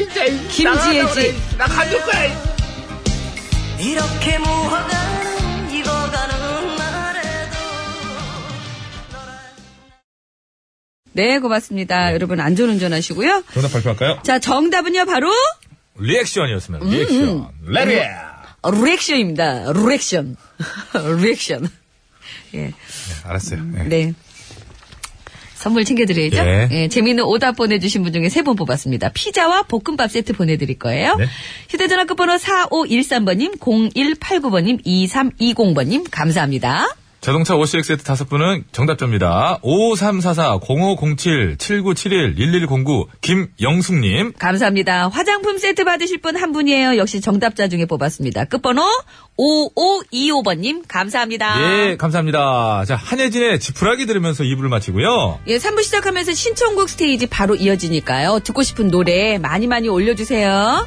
김지혜지 이렇게 모아가는 익어가는 말에도 네 고맙습니다 여러분 안전운전 하시고요 정답 발표할까요? 자 정답은요 바로 리액션이었습니다. 리액션. 레리! 리액션입니다. 리액션. 리액션. 예. 알았어요. 네. 선물 챙겨드려야죠? 예. 예, 재미있는 오답 보내주신 분 중에 세 분 뽑았습니다. 피자와 볶음밥 세트 보내드릴 거예요. 네. 휴대전화 끝번호 4513번님, 0189번님, 2320번님, 감사합니다. 자동차 OCX 세트 다섯 분은 정답자입니다. 5344, 0507, 7971, 1109, 김영숙님. 감사합니다. 화장품 세트 받으실 분 한 분이에요. 역시 정답자 중에 뽑았습니다. 끝번호 5525번님, 감사합니다. 예, 감사합니다. 자, 한혜진의 지푸라기 들으면서 2부를 마치고요. 예, 3부 시작하면서 신청곡 스테이지 바로 이어지니까요. 듣고 싶은 노래 많이 많이 올려주세요.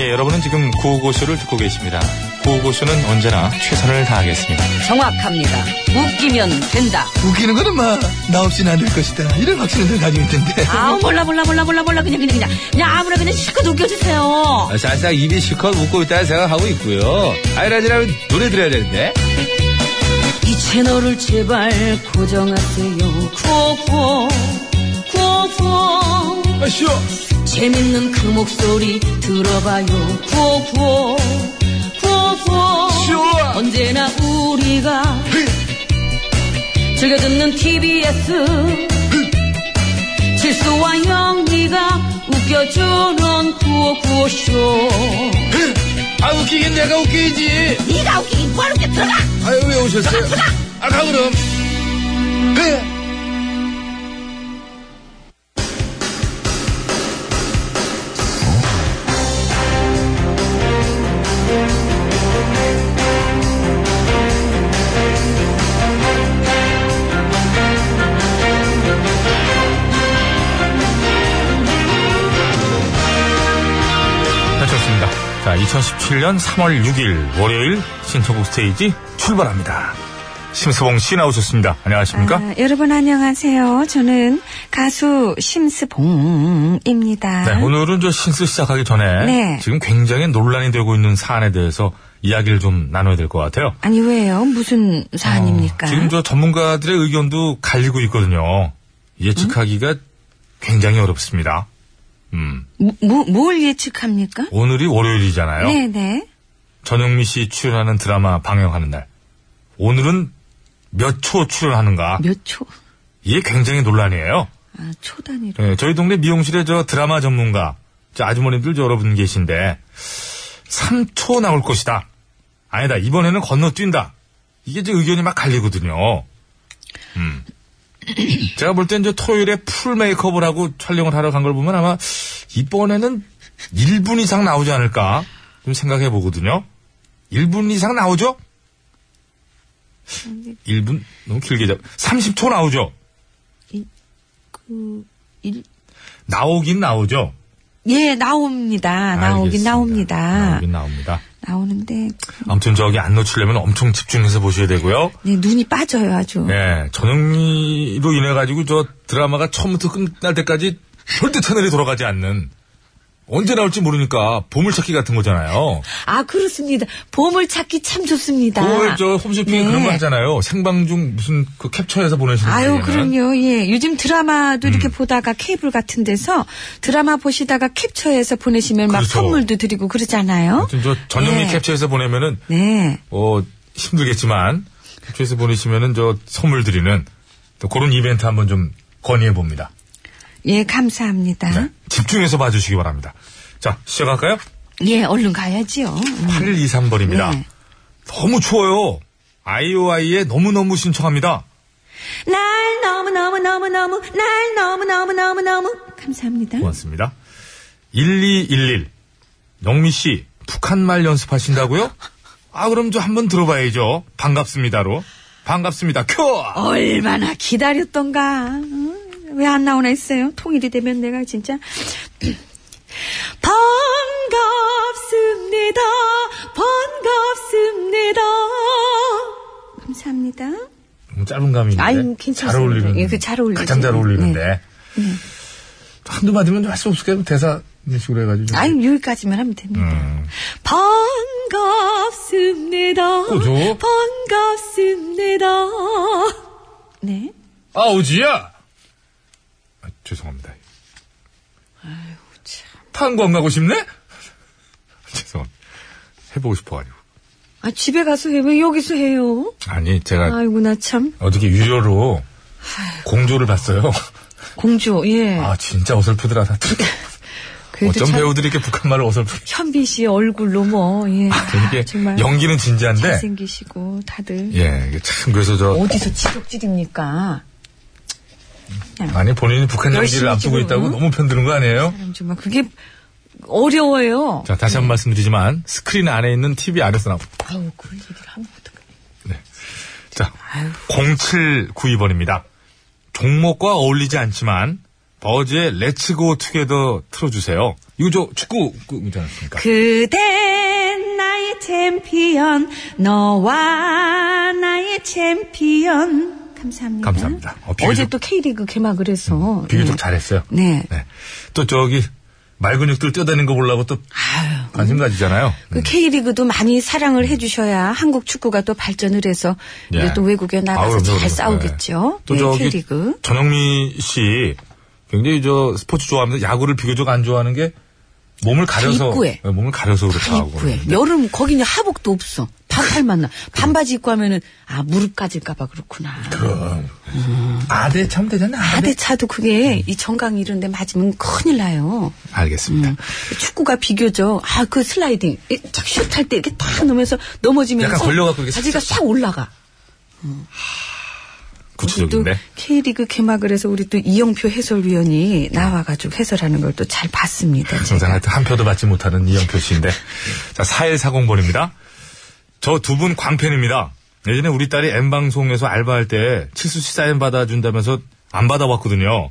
예, 여러분은 지금 구호고쇼를 듣고 계십니다. 구호고쇼는 언제나 최선을 다하겠습니다. 정확합니다. 웃기면 된다. 웃기는 거는 막나 없이는 안 될 것이다. 이런 확신을 늘 가지고 있던데. 아 몰라 몰라 몰라 몰라 몰라 그냥 그냥 그냥 그냥 아무나 그냥 실컷 웃겨주세요. 사실상 입이 실컷 웃고 있다는 생각하고 있고요. 아이라지라면 노래 들어야 되는데. 이 채널을 제발 고정하세요. 구호구호 구호구호 아시오. 재밌는 그 목소리 들어봐요. 구호구호 구호구호 언제나 우리가 즐겨 듣는 TBS 실수와 영리가 웃겨주는 구호구호쇼 아, 웃기긴 내가 웃기지. 네가 웃기긴 바로 웃겨 들어가 아유, 왜 오셨어요? 아가, 그럼. 네, 좋습니다. 자, 2017년 3월 6일 월요일 신청곡 스테이지 출발합니다. 심수봉 씨 나오셨습니다. 안녕하십니까? 네, 아, 여러분 안녕하세요. 저는 가수 심스봉입니다. 네, 오늘은 저 신스 시작하기 전에 네. 지금 굉장히 논란이 되고 있는 사안에 대해서 이야기를 좀 나눠야 될 것 같아요. 아니 왜요? 무슨 사안입니까? 어, 지금 저 전문가들의 의견도 갈리고 있거든요. 예측하기가 굉장히 어렵습니다. 음, 뭐- 뭐, 뭘 예측합니까? 오늘이 월요일이잖아요. 네네. 전영미 씨 출연하는 드라마 방영하는 날. 오늘은 몇 초 출연하는가? 몇 초? 이게 굉장히 논란이에요. 아, 초 단위로. 예, 저희 동네 미용실에 저 드라마 전문가, 저 아주머님들 저 여러분 계신데, 3초 나올 것이다. 아니다, 이번에는 건너뛴다. 이게 이제 의견이 막 갈리거든요. 음. 제가 볼 땐 저 토요일에 풀 메이크업을 하고 촬영을 하러 간 걸 보면 아마 이번에는 1분 이상 나오지 않을까 좀 생각해 보거든요. 1분 이상 나오죠? 1분? 너무 길게 잡, 30초 나오죠? 나오긴 나오죠? 음, 예, 나옵니다. 나오긴 알겠습니다. 나옵니다. 나오긴 나옵니다. 나오는데 아무튼 저기 안 놓치려면 엄청 집중해서 보셔야 되고요. 네, 눈이 빠져요 아주. 네, 전영미로 인해 가지고 저 드라마가 처음부터 끝날 때까지 절대 채널이 돌아가지 않는 언제 나올지 모르니까 보물찾기 같은 거잖아요. 아 그렇습니다. 보물 찾기 참 좋습니다. 그걸 저 홈쇼핑에 네. 그런 거 하잖아요. 생방중 무슨 그 캡처해서 보내시는 아유, 분들은. 그럼요. 예. 요즘 드라마도 음. 이렇게 보다가 케이블 같은 데서 드라마 보시다가 캡처해서 보내시면 막 그렇죠. 선물도 드리고 그러잖아요. 아무튼 저 전영미 네. 캡처해서 보내면은 네. 어, 힘들겠지만, 주에서 보내시면은 저 선물 드리는 또 그런 이벤트 한번 좀 건의해 봅니다. 예, 감사합니다. 네. 집중해서 봐주시기 바랍니다. 자, 시작할까요? 예, 얼른 가야지요. 음. 8123번입니다. 네. 너무 추워요. IOI에 너무너무 신청합니다. 날 너무너무너무너무, 날 너무너무너무너무. 감사합니다. 고맙습니다. 1211. 영미씨, 북한말 연습하신다고요? 아, 그럼 저 한번 들어봐야죠. 반갑습니다로. 반갑습니다. 큐! 얼마나 기다렸던가. 어? 왜 안 나오나 했어요. 통일이 되면 내가 진짜. 반갑습니다. 반갑습니다. 감사합니다. 너무 짧은 감인데. 아유, 괜찮습니다. 잘 어울리는. 예, 그잘 어울리죠. 네. 가장 잘 어울리는데. 한두 마디면 할 수 없을 거예요. 뭐 대사 이런 식으로 해가지고. 좀. 아유, 여기까지만 하면 됩니다. 음. 반갑습니다. 어, 어, 그죠? 반갑습니다. 네. 아우지야. 아, 죄송합니다. 아유 참. 탄광 가고 싶네? 죄송합니다. 해보고 싶어가지고. 아, 집에 가서 해. 왜 여기서 해요? 아니 제가 아이고, 나 참. 어저께 유료로 공조를 봤어요. 공주, 예. 아 진짜 어설프더라 다들. 그래도 어쩜 참 배우들이 이렇게 북한 말을 어설프게. 현빈 씨의 얼굴로 뭐, 예. 이게 정말 연기는 진지한데. 잘생기시고, 다들. 예, 이게 참 그래서 저 어디서 지적질입니까? 아니 본인이 북한 연기를 열심히 음. 앞두고 지금, 있다고 응? 너무 편드는 거 아니에요? 정말 그게 어려워요. 자 다시 한 번 말씀드리지만 스크린 안에 있는 TV 안에서 나오. 아우 그 얘기를 하면 어떡해. 자, 0792번입니다. 종목과 어울리지 않지만 어제 렛츠고 투게더 틀어주세요. 이거 저 축구 그 있지 않습니까? 그댄 나의 챔피언 너와 나의 챔피언 감사합니다. 감사합니다. 어, 비교적, 어제 또 K리그 개막을 해서 비교적 잘했어요. 네. 네. 또 저기 말 근육들 뛰어다니는 거 보려고 또 관심 가지잖아요. 음. 그 K리그도 많이 사랑을 해주셔야 한국 축구가 또 발전을 해서 예. 이제 네. 또 외국에 나가서 아우, 잘 그럼요. 네. 싸우겠죠. 또 네, 저기 K리그. 전영미 씨 굉장히 저 스포츠 좋아하면서 야구를 비교적 안 좋아하는 게 몸을 가려서 입구에. 네, 몸을 가려서 그렇다고. 입구에. 여름 거기는 하복도 없어. 반팔만 나. 반바지 입고 하면은 아 무릎 까질까봐 그렇구나. 아대 참 되잖아. 아대차도 음. 그게 이 정강 이런데 맞으면 큰일 나요. 알겠습니다. 축구가 비교적 아 그 슬라이딩 탁슛할 때 이렇게 탁 넘으면서 넘어지면서 약간 걸려갖고 이렇게 바지가 싹 올라가. 또 구체적인데. K리그 개막을 해서 우리 또 이영표 해설위원이 나와가지고 해설하는 걸 또 잘 봤습니다. 항상 하여튼 한 표도 받지 못하는 이영표 씨인데. 자, 4140번입니다. 저 두 분 광팬입니다. 예전에 우리 딸이 M방송에서 알바할 때 칠수 씨 사인 받아준다면서 안 받아왔거든요.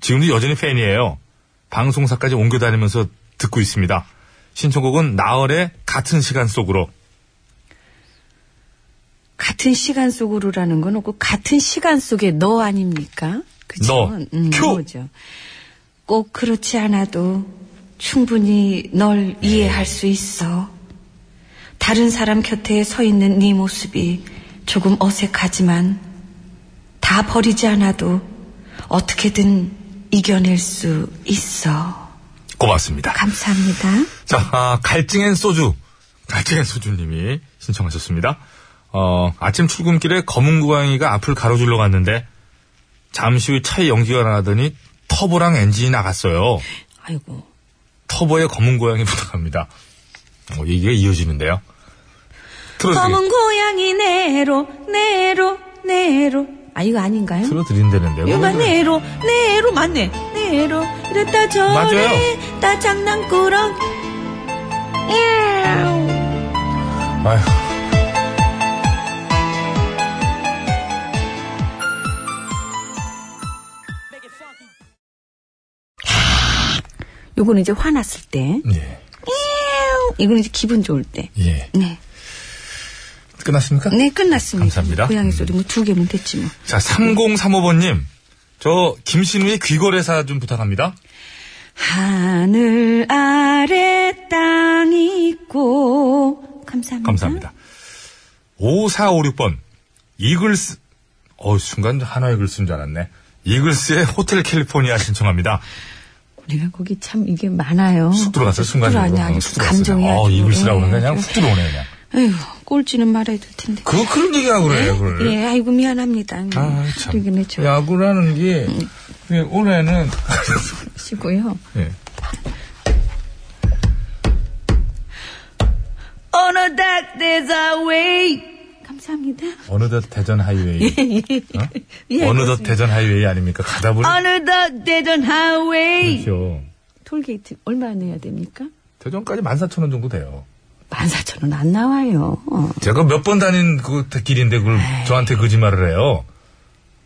지금도 여전히 팬이에요. 방송사까지 옮겨다니면서 듣고 있습니다. 신청곡은 나얼의 같은 시간 속으로. 같은 시간 속으로라는 건 없고 같은 시간 속에 너 아닙니까? 그죠? 너. 음, 큐. 너죠. 꼭 그렇지 않아도 충분히 널 이해할 수 있어. 다른 사람 곁에 서 있는 네 모습이 조금 어색하지만 다 버리지 않아도 어떻게든 이겨낼 수 있어. 고맙습니다. 감사합니다. 자, 아, 갈증엔 소주. 갈증엔 소주님이 신청하셨습니다. 어, 아침 출근길에 검은 고양이가 앞을 가로질러 갔는데, 잠시 후 차에 연기가 나더니 터보랑 엔진이 나갔어요. 아이고. 터보에 검은 고양이 부탁합니다. 어, 얘기가 이어지는데요. 틀어드리, 검은 고양이 내로 내로 내로. 아 이거 아닌가요? 틀어드린다는데요. 이거 네로 네로 맞네 네로 이랬다 저래 맞아요. 다 장난꾸러기 야옹. 아휴. 요거는 이제 화났을 때 예, 야옹. 이거는 이제 기분 좋을 때 예. 네. 끝났습니까? 네, 끝났습니다. 감사합니다. 고양이 음. 소리 뭐 두 개면 됐지 뭐. 자, 3035번님. 저, 김신우의 귀거래사 좀 부탁합니다. 하늘 아래 땅이 있고. 감사합니다. 감사합니다. 5456번. 이글스, 어, 순간 하나의 글쓴 줄 알았네. 이글스의 호텔 캘리포니아 신청합니다. 우리가 거기 참 이게 많아요. 쑥 들어갔어요, 순간적으로. 아니야, 아니, 어, 쑥 들어갔어요. 감정이 어, 아주 이글스라고 예, 그냥 그냥 아주. 훅 들어오네, 그냥. 에휴, 꼴찌는 말아야 될 텐데. 그, 그런 얘기가 그래, 그걸. 예, 아이고 미안합니다. 아, 참. 이긴 했죠. 네. 야구라는 게, 그게 올해는. 시고요. 예. 어느 닥 대자웨이. 감사합니다. 어느덧 대전 하이웨이. 어? 예, 네. 어느덧 대전 하이웨이 아닙니까? 가다 보니. 어느 닥 대전 하웨이. 그렇죠. 톨게이트 얼마 내야 됩니까? 대전까지 14,000원 정도 돼요. 14,000원 안 나와요. 어. 제가 몇 번 다닌 그 길인데 그걸 저한테 거짓말을 해요.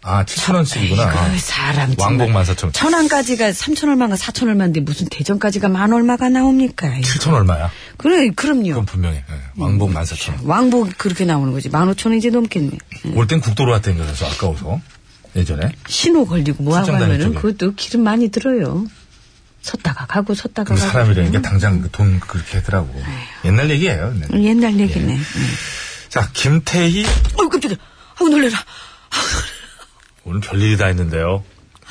아, 7,000원씩이구나. 이거 사람 정말. 왕복 14,000원. 천안까지가 3천 얼마가 4천 얼마인데 무슨 대전까지가 만 얼마가 나옵니까? 아이고. 7천 얼마야? 그래, 그럼요. 그건 분명해. 예, 왕복 14,000원. 왕복 그렇게 나오는 거지. 만 오천 원 이제 넘겠네. 올 땐 국도로 왔다니서 아까워서. 예전에. 신호 걸리고 뭐하고 출장 다닐 하면은 적에. 그것도 기름 많이 들어요. 섰다가 가고 섰다가 그 가고. 사람이라는 게 당장 그돈 그렇게 하더라고. 옛날 얘기예요. 네. 옛날 얘기네. 어 자, 김태희. 어 깜짝이야. 아우 놀래라. 오늘 별일이 다 했는데요.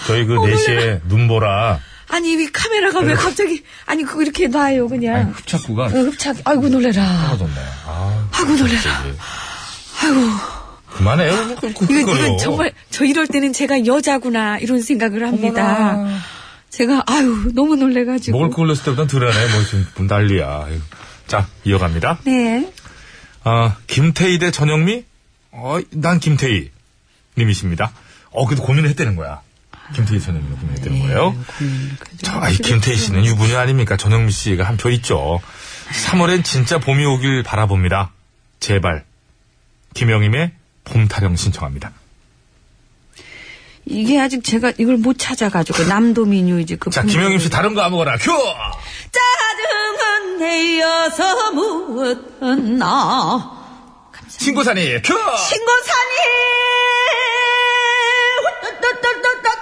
저희 그 어, 4시에 눈보라. 아니 이 카메라가 왜 갑자기 아니 그거 이렇게 놔요 아니, 그냥. 흡착구가 어, 흡착. 아이고 놀래라. 떨어졌네요. 아, 아이고 놀래라. 이게. 그만해요. 그, 그, 그, 이거 그거요. 이건 정말 저 이럴 때는 제가 여자구나 이런 생각을 합니다. 어머나. 제가 아유 너무 놀래가지고. 먹을 거 올렸을 때보단 덜하네. 뭐 지금 분 난리야. 아이고. 자, 이어갑니다. 네. 아, 김태희 대 전영미? 어, 난 김태희 님이십니다. 어, 그래도 고민을 했다는 거야. 김태희 전영미가 네, 고민을 했다는 거예요. 자, 아이, 김태희 씨는 유부녀 아닙니까? 전영미 씨가 한 표 있죠. 3월엔 진짜 봄이 오길 바라봅니다. 제발. 김영임의 봄 타령 신청합니다. 이게 아직 제가 이걸 못 찾아가지고 남도민요 이제 그 자, 김영임 씨 다른 거 아무거나 큐! 짜증은 내어서 무엇나 신고사니 큐! 신고사니 홀똘똘똘똘똘.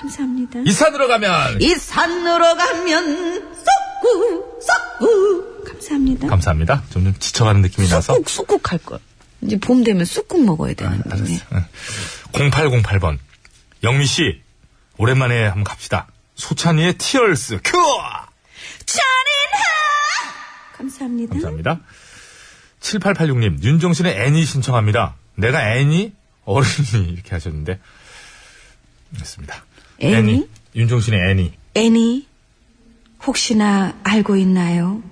감사합니다. 이사 들어가면 이 산으로 가면 쏙구 쏙구 감사합니다. 감사합니다. 점점 지쳐가는 느낌이 나서. 아, 쑥국 쑥국 할걸 이제 봄 되면 쑥국 먹어야 되는데 0808번. 영미 씨, 오랜만에 한번 갑시다. 소찬이의 티얼스 큐! 감사합니다. 감사합니다. 7886님, 윤종신의 애니 신청합니다. 내가 애니? 어른이 이렇게 하셨는데. 됐습니다. 애니? 윤종신의 애니. 애니 혹시나 알고 있나요?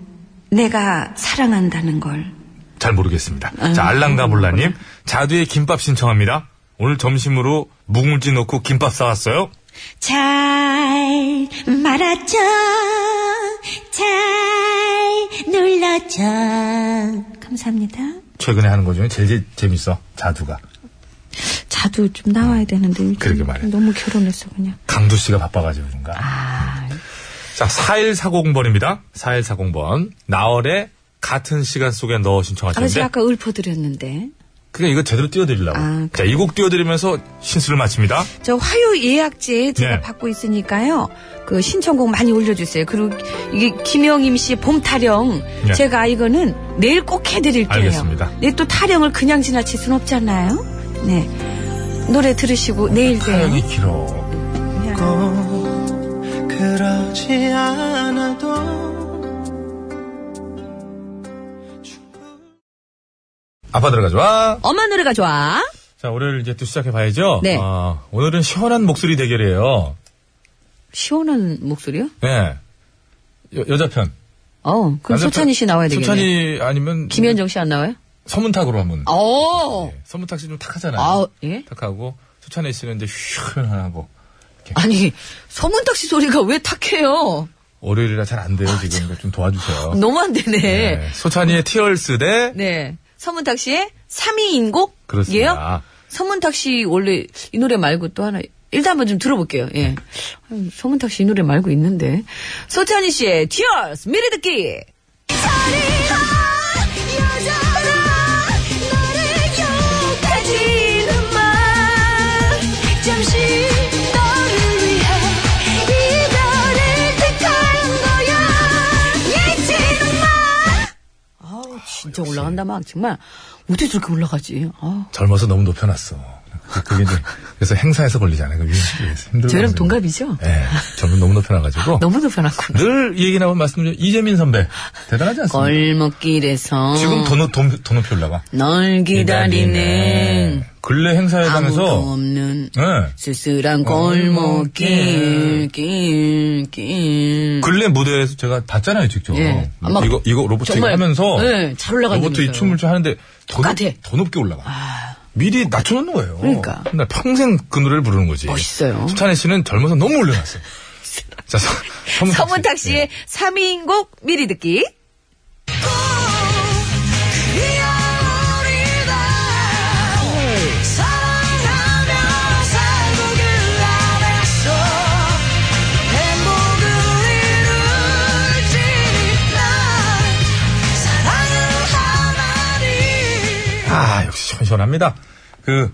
내가 사랑한다는 걸. 잘 모르겠습니다. 아, 자, 알랑가몰라님, 음. 자두의 김밥 신청합니다. 오늘 점심으로 묵은지 넣고 김밥 싸왔어요. 잘 말았죠. 잘 눌렀죠. 감사합니다. 최근에 하는 거 중에 제일 제- 재밌어. 자두가. 자두 좀 나와야 되는데 요즘 그러게 말이야. 너무 결혼했어 그냥. 강두 씨가 바빠가지고 그런가. 아. 음. 자, 4140번입니다. 4140번. 나월의 같은 시간 속에 넣어 아, 제가 신청하셨는데. 아까 읊어드렸는데 그냥 이거 제대로 띄워드리려고. 아, 자, 이 곡 띄워드리면서 신수를 마칩니다. 저 화요 예약제 제가 네. 받고 있으니까요. 그 신청곡 많이 올려주세요. 그리고 이게 김영임 씨의 봄 타령 네. 제가 이거는 내일 꼭 해드릴게요. 알겠습니다. 근데 또 타령을 그냥 지나칠 순 없잖아요. 네 노래 들으시고 내일 봬요. 사연이 길어. 꼭 그러지 않아도 아빠 들어가 좋아. 엄마 노래가 좋아. 자, 월요일 이제 또 시작해봐야죠. 네. 아, 오늘은 시원한 목소리 대결이에요. 시원한 목소리요? 네. 여, 여자 편. 어 그럼 남자 소찬이 편. 씨 나와야 되겠네. 소찬이 아니면 김현정 씨 안 나와요? 서문탁으로 한번. 어. 예, 서문탁 씨 좀 탁하잖아요. 아 예? 탁하고 소찬이 씨는 이제 휴하고 아니 서문탁 씨 소리가 왜 탁해요? 월요일이라 잘 안 돼요 지금 이거 좀 도와주세요. 너무 안 되네. 네, 소찬이의 티얼스 대 네. 서문탁 씨의 3위 인곡? 그렇습니다. 예요? 서문탁 씨 원래 이 노래 말고 또 하나 일단 한번 좀 들어볼게요. 예. 아유, 서문탁 씨 이 노래 말고 있는데. 소찬희 씨의 Tears 미리 듣기. 아우, 진짜 올라간다 막 정말 어떻게 저렇게 올라가지? 아, 젊어서 너무 높여놨어. 그- 그게 이제 그래서 행사에서 걸리잖아요. 그 위에서 힘들고. 저희랑 동갑이죠? 예, 젊은 너무 높여놔가지고 너무 높여놨구나. 늘 얘기 나오면 말씀드려 이재민 선배 대단하지 않습니까? 골목길에서 지금 더, 높- 더, 더 높이 올라가. 널 기다리는 기다리네. 근래 행사에 아무도 가면서 없는 예. 쓸쓸한 네. 골목길 길, 길. 근래 무대에서 제가 봤잖아요, 직접. 예. 아마 이거, 이거 로봇 이 정말, 하면서. 예, 잘 올라가는 로봇이 거예요. 춤을 좀 하는데 더, 높, 똑같아. 더 높게 올라가. 미리 낮춰놓는 거예요. 그러니까. 나 평생 그 노래를 부르는 거지. 멋있어요. 수찬혜 씨는 젊어서 너무 올려놨어요. 자, 서- 서문탁 씨. 서문탁 씨의 예. 3위인 곡 미리 듣기. 아, 역시 시원시원합니다. 그,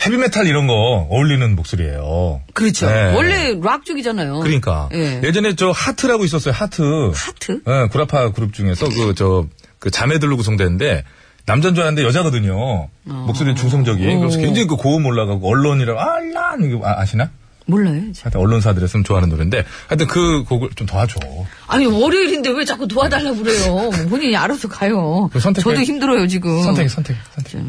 헤비메탈 이런 거 어울리는 목소리예요 그렇죠. 네. 원래 락 쪽이잖아요. 그러니까. 예. 예전에 저 하트라고 있었어요, 하트. 하트? 예, 구라파 그룹 중에서 그, 저, 그 자매들로 구성되는데, 남자인 줄 알았는데 여자거든요. 아. 목소리는 중성적인. 그래서 굉장히 그 고음 올라가고, 언론이라고, 알란! 이거 아, 시나 몰라요. 저. 하여튼 언론사들에서는 좋아하는 노래인데, 하여튼 그 곡을 좀 도와줘. 아니 월요일인데 왜 자꾸 도와달라고 그래요. 본인이 알아서 가요. 그럼 선택해. 저도 힘들어요 지금. 선택해, 선택해, 선택해.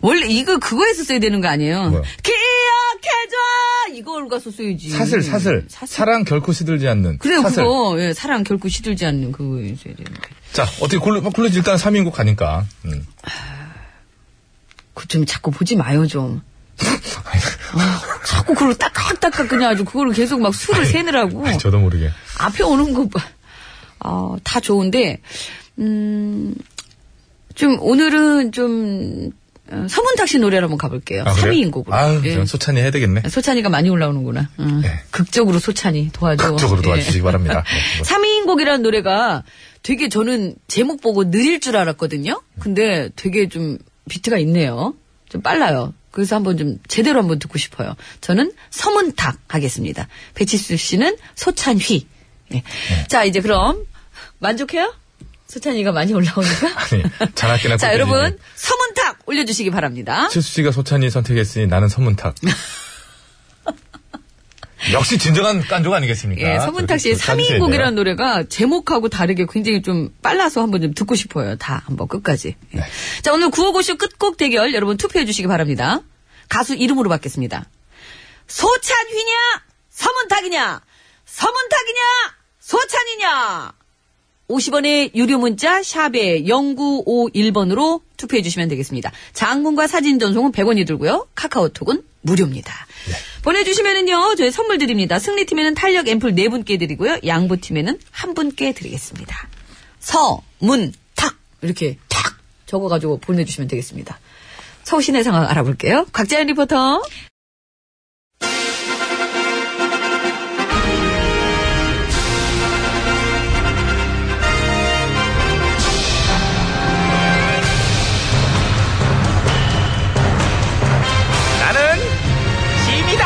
원래 이거 그거에서 써야 되는 거 아니에요. 뭐야? 기억해줘. 이걸 가서 써야지. 사슬, 사슬, 사랑 결코 시들지 않는. 그래요 사슬. 그거 예, 사랑 결코 시들지 않는 그거 써야 되는데. 자, 어떻게 골로, 골로지 일단 3인국 가니까. 음. 그좀 자꾸 보지 마요 좀. 아, 자꾸 그걸 딱딱딱 그냥 아주 그거를 계속 막 술을 세느라고. 아니, 저도 모르게. 앞에 오는 거 봐. 어, 다 좋은데, 음, 좀, 오늘은 좀, 어, 서문탁 씨 노래를 한번 가볼게요. 아, 그래요? 3위인 곡으로. 아, 예. 그럼 소찬이 해야 되겠네. 소찬이가 많이 올라오는구나. 음, 예. 극적으로 소찬이 도와줘. 극적으로 도와주시기 예. 바랍니다. 네, 뭐. 3위인 곡이라는 노래가 되게 저는 제목 보고 느릴 줄 알았거든요. 근데 되게 좀 비트가 있네요. 좀 빨라요. 그래서 한번 좀 제대로 한번 듣고 싶어요. 저는 서문탁 하겠습니다. 배치수 씨는 소찬휘. 예. 네. 자, 이제 그럼 만족해요? 소찬이가 많이 올라오니까? 아니, 자나깨나 자, 꽃길이네. 여러분, 서문탁 올려주시기 바랍니다. 칠수 씨가 소찬이 선택했으니 나는 서문탁. 역시 진정한 깐족 아니겠습니까? 예, 서문탁 씨의 3인 곡이라는 노래가 제목하고 다르게 굉장히 좀 빨라서 한번 좀 듣고 싶어요. 다 한번 끝까지. 예. 네. 자, 오늘 구호고쇼 끝곡 대결 여러분 투표해 주시기 바랍니다. 가수 이름으로 받겠습니다. 소찬휘냐? 서문탁이냐? 서문탁이냐? 소찬이냐? 50원의 유료 문자 샵에 0951번으로 투표해 주시면 되겠습니다. 장문과 사진 전송은 100원이 들고요. 카카오톡은 무료입니다. 보내주시면은요, 저희 선물 드립니다. 승리팀에는 탄력 앰플 4분께 드리고요. 양보팀에는 1분께 드리겠습니다. 서, 문, 탁! 이렇게 탁! 적어가지고 보내주시면 되겠습니다. 서울 시내 상황 알아볼게요. 곽자연 리포터. 나는 짐이다.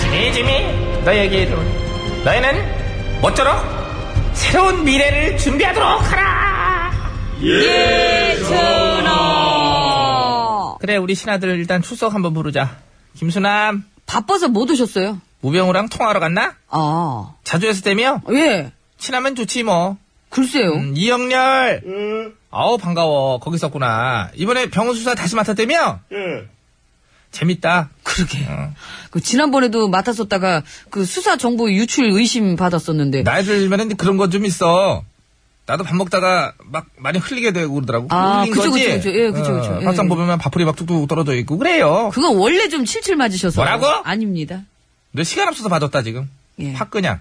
짐이 짐이 너에게 이름을 너희는 모쪼록 새로운 미래를 준비하도록 하라. 예준호! 그래 우리 신하들 일단 출석 한번 부르자. 김수남 바빠서 못 오셨어요? 우병우랑 통화하러 갔나? 아, 자주 했을 때며 예. 친하면 좋지 뭐. 글쎄요. 음, 이영렬. 아우 반가워. 거기 있었구나. 이번에 병원 수사 다시 맡았다며? 재밌다. 그러게. 그 지난번에도 맡았었다가 그 수사 정보 유출 의심 받았었는데. 나이 들면은 그런 건 좀 있어. 나도 밥 먹다가 막 많이 흘리게 되고 그러더라고. 아, 흘린 그죠, 거지? 그죠, 그죠. 예, 그죠, 어, 그죠. 예. 밥상 보면 밥풀이 막 뚝뚝 떨어져 있고 그래요. 그거 원래 좀 칠칠 맞으셔서. 뭐라고? 아닙니다. 내 시간 없어서 받았다 지금. 예. 확 그냥.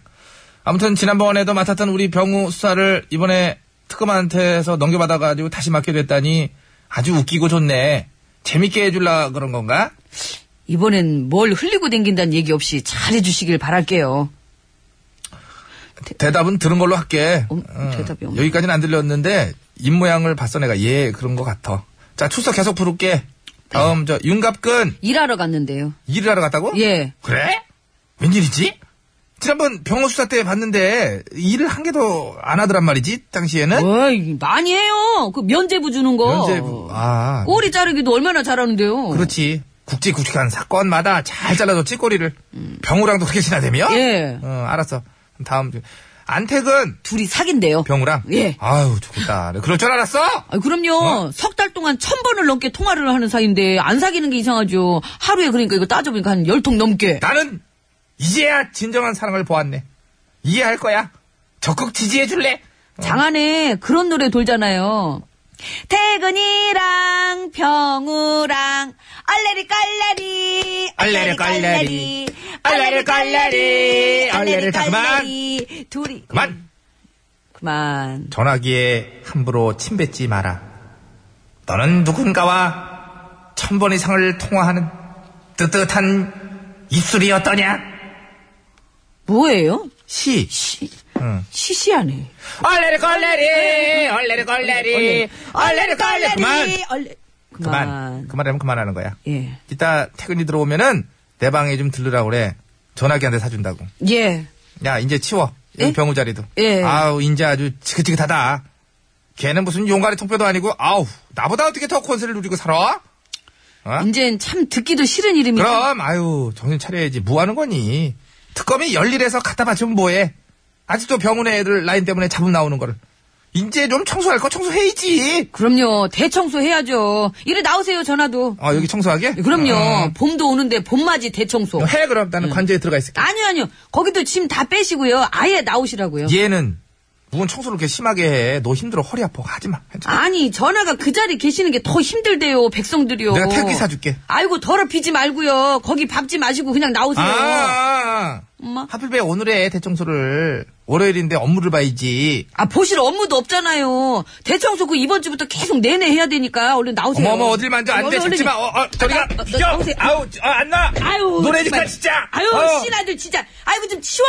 아무튼 지난번에도 맡았던 우리 병우 수사를 이번에 특검한테서 넘겨받아가지고 다시 맡게 됐다니 아주 웃기고 좋네. 재밌게 해줄라 그런 건가? 이번엔 뭘 흘리고 댕긴다는 얘기 없이 잘해주시길 바랄게요. 대답은 들은 걸로 할게. 어, 음, 대답이 없네. 여기까지는 안 들렸는데 입 모양을 봤어 내가 예 그런 것 같아. 자 출석 계속 부를게. 다음 저 윤갑근 일하러 갔는데요. 일을 하러 갔다고? 예. 그래? 웬일이지? 지난번 병원 수사 때 봤는데 일을 한 개도 안 하더란 말이지 당시에는 어이, 많이 해요. 그 면제부 주는 거. 면제부 아 그렇죠? 꼬리 자르기도 얼마나 잘하는데요. 그렇지 굵직굵직한 사건마다 잘 잘라줬지 꼬리를 병우랑도 그렇게 지나대며 음. 예. 어, 알았어 다음 주- 안택은 둘이 사귄대요. 병우랑 예. 아유 좋겠다 그럴 줄 알았어 아, 그럼요. 석 달 동안 천 번을 넘게 통화를 하는 사이인데 안 사귀는 게 이상하죠. 하루에 그러니까 이거 따져보니까 한 열 통 넘게. 나는 이제야 진정한 사랑을 보았네. 이해할 거야. 적극 지지해 줄래? 장안에 그런 노래 돌잖아요. 태근이랑 병우랑 얼레리 깔레리 얼레리 깔레리, 얼레리 깔레리, 얼레리 다 그만. 깔레리. 둘이 그만. 그만 전화기에 함부로 침 뱉지 마라. 너는 누군가와 천 번 이상을 통화하는 뜨뜻한 입술이 어떠냐? 뭐예요? 시. 시 시시하네. 얼레리 걸레리, 얼레리 걸레리, 얼레리 걸레리. 그만. 얼레 그만. 그만 그만하면 그만하는 거야. 예 이따 퇴근이 들어오면은 내 방에 좀 들르라고 그래. 전화기 한 대 사준다고. 예. 야, 이제 치워. 여기 예? 병우 자리도. 예. 아우, 이제 아주 지긋지긋하다. 걔는 무슨 용가리 통뼈도 아니고, 아우, 나보다 어떻게 더 권세를 누리고 살아? 어? 이젠 참 듣기도 싫은 이름이죠. 그럼, 아유, 정신 차려야지. 뭐 하는 거니? 특검이 열일해서 갖다 바치면 뭐해? 아직도 병원에 애들 라인 때문에 잡음 나오는 거를. 이제 좀 청소할 거 청소해야지. 그럼요. 대청소 해야죠. 이리 나오세요. 전화도. 아, 여기 청소하게? 그럼요. 아. 예. 어. 봄도 오는데 봄맞이 대청소. 네. 해, 그럼. 나는 관저에 들어가 있을게. 아니요, 아니요. 거기도 짐 다 빼시고요. 아예 나오시라고요. 얘는 누군 청소를 이렇게 심하게 해. 너 힘들어. 허리 아파. 하지 마. 하지 마. 아니 전화가 그 자리에 계시는 게 더 힘들대요 백성들이요 내가 태극기 사줄게. 아이고 더럽히지 말고요 거기 밟지 마시고 그냥 아, 나오세요 아, 아. 엄마 하필 왜 오늘 해, 대청소를. 월요일인데 업무를 봐야지. 아 보실 업무도 없잖아요 대청소 그 이번 주부터 계속 내내 해야 되니까 얼른 나오세요 어머머, 어딜 만져. 안 돼. 얼른, 잡지 얼른. 마. 어, 어, 저리가. 아, 나- 비켜. 나- 나오세요. 아우, 아, 안 나. 아유 노래니까 정말. 진짜. 아유 어. 신아들 진짜 아이고 좀 치워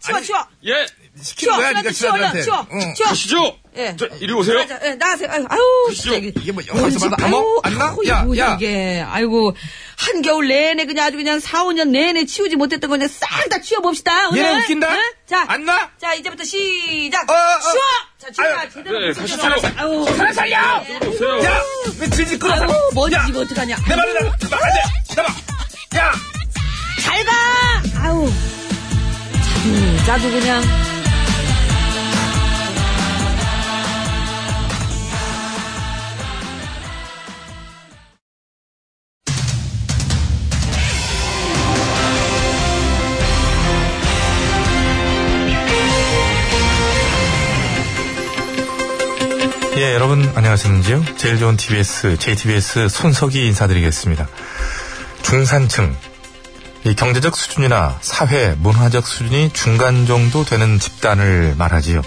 치워 치워 예, 시키는 거야, 니가 신아들 치워 얼른 친아들한테. 치워 응. 치워 가시죠. 예. 저, 이리 오세요. 맞아, 예, 나가세요. 아유, 아유 진짜 이게. 이게 뭐 영화에서 뭔지 봤나? 봐. 어머, 안 나? 아유, 야, 뭐야, 야. 이게. 아이고, 한겨울 내내 그냥 아주 그냥 4, 5년 내내 치우지 못했던 거 그냥 싹 다 치워봅시다. 오늘. 얘네 웃긴다? 응? 자. 안 나? 자, 이제부터 시작. 어, 어. 치워! 자, 치워라. 아유, 제대로. 네, 치워. 가시죠. 아유. 하나 살려! 오세요. 야! 왜 질질 끌어? 아유, 먼지 야! 이거 어떡하냐. 내 말이다! 막아야 돼! 잡아! 야! 잘 가! 아우. 참, 나도 그냥. 예, 여러분 안녕하셨는지요? 제일 좋은 TBS, JTBS 손석희 인사드리겠습니다. 중산층. 이 경제적 수준이나 사회, 문화적 수준이 중간 정도 되는 집단을 말하지요.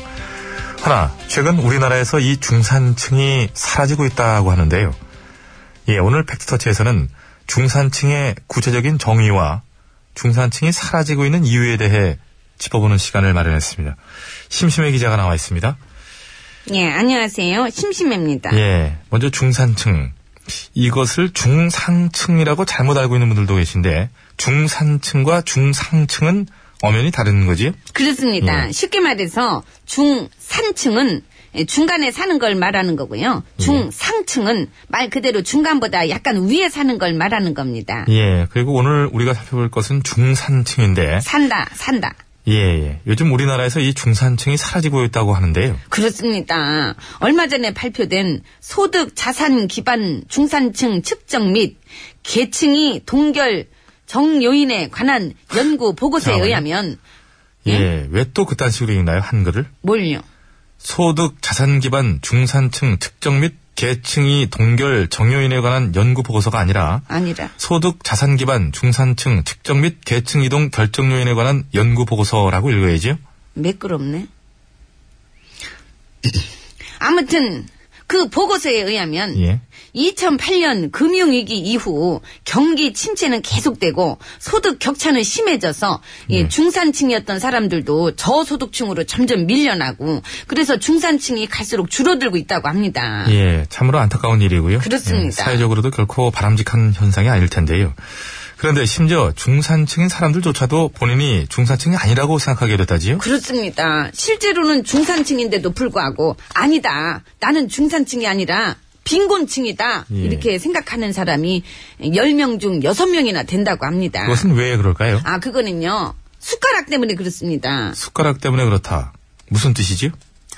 하나, 최근 우리나라에서 이 중산층이 사라지고 있다고 하는데요. 예, 오늘 팩트터치에서는 중산층의 구체적인 정의와 중산층이 사라지고 있는 이유에 대해 짚어보는 시간을 마련했습니다. 심심해 기자가 나와 있습니다. 예, 안녕하세요. 심심해입니다. 예. 먼저 중산층. 이것을 중상층이라고 잘못 알고 있는 분들도 계신데, 중산층과 중상층은 엄연히 다른 거지? 그렇습니다. 쉽게 말해서 중산층은 예, 중간에 사는 걸 말하는 거고요. 중상층은 말 그대로 중간보다 약간 위에 사는 걸 말하는 겁니다. 예. 그리고 오늘 우리가 살펴볼 것은 중산층인데, 산다, 산다. 예, 예. 요즘 우리나라에서 이 중산층이 사라지고 있다고 하는데요. 그렇습니다. 얼마 전에 발표된 소득 자산 기반 중산층 측정 및 계층이 동결 정요인에 관한 연구 보고서에 잠깐만요. 의하면 예. 왜 또 그딴 식으로 읽나요? 한글을? 뭘요? 소득 자산 기반 중산층 측정 및 계층이 동결 정요인에 관한 연구 보고서가 아니라 아니라 소득 자산 기반 중산층 측정 및 계층 이동 결정 요인에 관한 연구 보고서라고 읽어야지요. 매끄럽네. 아무튼 그 보고서에 의하면 예. 2008년 금융위기 이후 경기 침체는 계속되고 소득 격차는 심해져서 이 네. 중산층이었던 사람들도 저소득층으로 점점 밀려나고 그래서 중산층이 갈수록 줄어들고 있다고 합니다. 예, 참으로 안타까운 일이고요. 그렇습니다. 예, 사회적으로도 결코 바람직한 현상이 아닐 텐데요. 그런데 심지어 중산층인 사람들조차도 본인이 중산층이 아니라고 생각하게 됐다지요. 그렇습니다. 실제로는 중산층인데도 불구하고 아니다. 나는 중산층이 아니라 빈곤층이다. 예. 이렇게 생각하는 사람이 10명 중 6명이나 된다고 합니다. 그것은 왜 그럴까요? 아, 그거는요. 숟가락 때문에 그렇습니다. 숟가락 때문에 그렇다. 무슨 뜻이지요?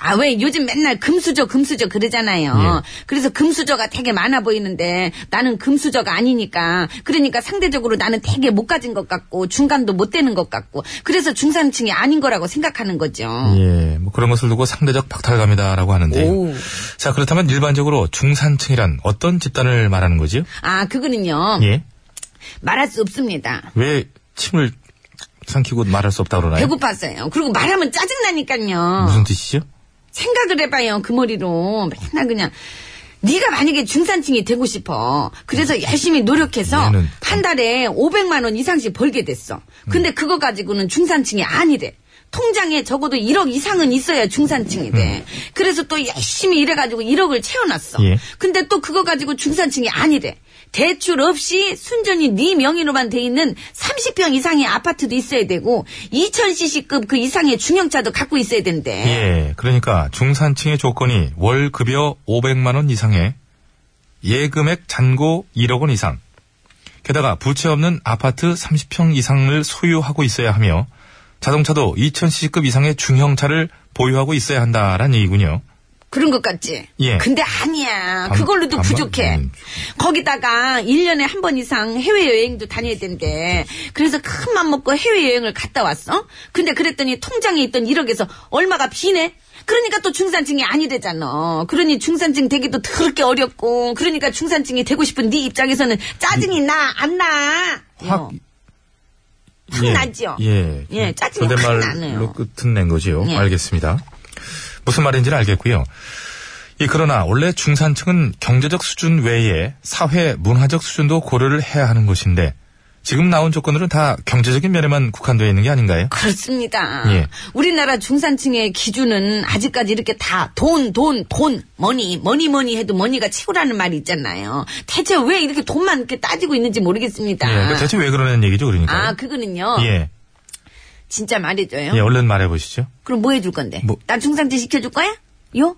아, 왜 요즘 맨날 금수저, 금수저 예. 그러잖아요. 그래서 금수저가 되게 많아 보이는데 나는 금수저가 아니니까. 그러니까 상대적으로 나는 되게 못 가진 것 같고 중간도 못 되는 것 같고. 그래서 중산층이 아닌 거라고 생각하는 거죠. 예, 뭐 그런 것을 두고 상대적 박탈감이다라고 하는데요. 자, 그렇다면 일반적으로 중산층이란 어떤 집단을 말하는 거지요? 아, 그거는요. 예. 말할 수 없습니다. 왜 침을 삼키고 말할 수 없다 그러나요? 배고팠어요. 그리고 말하면 짜증나니까요. 무슨 뜻이죠? 생각을 해봐요. 그 머리로. 맨날 그냥. 네가 만약에 중산층이 되고 싶어. 그래서 열심히 노력해서 음. 얘는- 한 달에 500만 원 이상씩 벌게 됐어. 음. 근데 그거 가지고는 중산층이 아니래. 통장에 적어도 1억 이상은 있어야 중산층이 돼. 그래서 또 열심히 일해가지고 1억을 채워놨어. 음. 예. 근데 또 그거 가지고 중산층이 아니래. 대출 없이 순전히 네 명의로만 돼 있는 30평 이상의 아파트도 있어야 되고 2000cc급 그 이상의 중형차도 갖고 있어야 된대. 예, 그러니까 중산층의 조건이 월 급여 500만 원 이상에 예금액 잔고 1억 원 이상, 게다가 부채 없는 아파트 30평 이상을 소유하고 있어야 하며 자동차도 2000cc급 이상의 중형차를 보유하고 있어야 한다라는 얘기군요. 그런 것 같지? 예. 근데 아니야. 반- 그걸로도 반반- 부족해. 음. 거기다가 1년에 한 번 이상 해외여행도 다녀야 된대. 그래서 큰 맘 먹고 해외여행을 갔다 왔어? 근데 그랬더니 통장에 있던 1억에서 얼마가 비네? 그러니까 또 중산층이 아니래잖아. 그러니 중산층 되기도 더럽게 어렵고, 그러니까 중산층이 되고 싶은 네 입장에서는 음. 짜증이 나, 안 나. 확- 어, 확 나죠. 예. 예, 짜증이 확 나네요. 존댓말로 끝낸 거지요. 예. 알겠습니다. 무슨 말인지는 알겠고요. 이 그러나 원래 중산층은 경제적 수준 외에 사회 문화적 수준도 고려를 해야 하는 것인데 지금 나온 조건들은 다 경제적인 면에만 국한되어 있는 게 아닌가요? 그렇습니다. 예. 우리나라 중산층의 기준은 아직까지 이렇게 다 돈, 돈, 돈, 머니, 머니, 머니 해도 머니가 최고라는 말이 있잖아요. 대체 왜 이렇게 돈만 이렇게 따지고 있는지 모르겠습니다. 예, 그러니까 대체 왜 그러는 얘기죠, 그러니까. 아, 그거는요. 예. 진짜 말해줘요. 예, 얼른 말해 보시죠. 그럼 뭐 해줄 건데? 뭐- 나 중상제 시켜줄 거야? 요?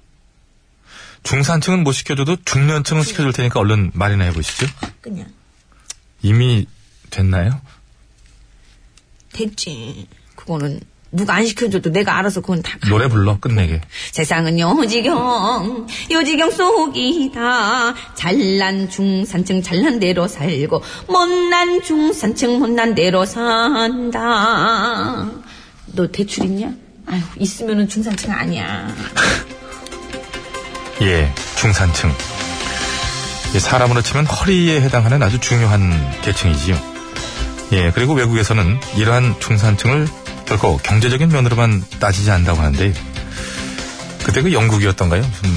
중산층은 못 시켜줘도 중년층은 시켜줄 테니까 얼른 말이나 해보시죠. 그냥. 이미 됐나요? 됐지. 그거는 누가 안 시켜줘도 내가 알아서 그건 다. 가. 노래 불러 끝내게. 세상은 요지경, 요지경 속이다. 잘난 중산층 잘난 대로 살고, 못난 중산층 못난 대로 산다. 너 대출 있냐? 아유, 있으면은 중산층 아니야. 예, 중산층. 예, 사람으로 치면 허리에 해당하는 아주 중요한 계층이지요. 예, 그리고 외국에서는 이러한 중산층을 결코 경제적인 면으로만 따지지 않는다고 하는데 그때 그 영국이었던가요? 무슨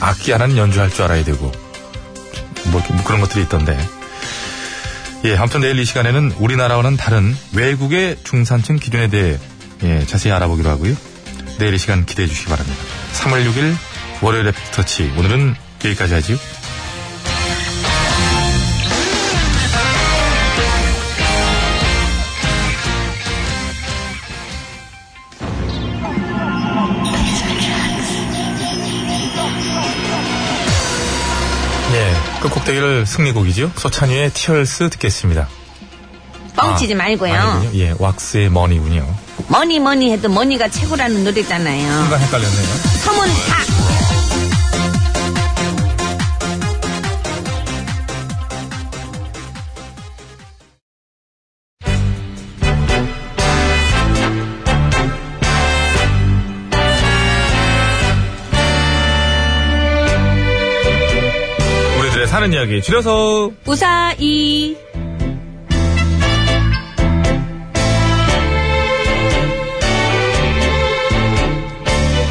악기 하나는 연주할 줄 알아야 되고 뭐, 이렇게 뭐 그런 것들이 있던데 예, 아무튼 내일 이 시간에는 우리나라와는 다른 외국의 중산층 기준에 대해 예, 자세히 알아보기로 하고요. 내일 이 시간 기대해 주시기 바랍니다. 3월 6일 월요일 애프터치 오늘은 여기까지 하지요. 예, 끝곡대기를 승리곡이지요. 소찬이의 티얼스 듣겠습니다. 뻥치지 아, 말고요. 아니군요. 예, 왁스의 머니군요. 뭐니 뭐니 해도 머니가 최고라는 노래잖아요. 순간 헷갈렸네요. 서문 다 우리들의 사는 이야기 줄여서 우사이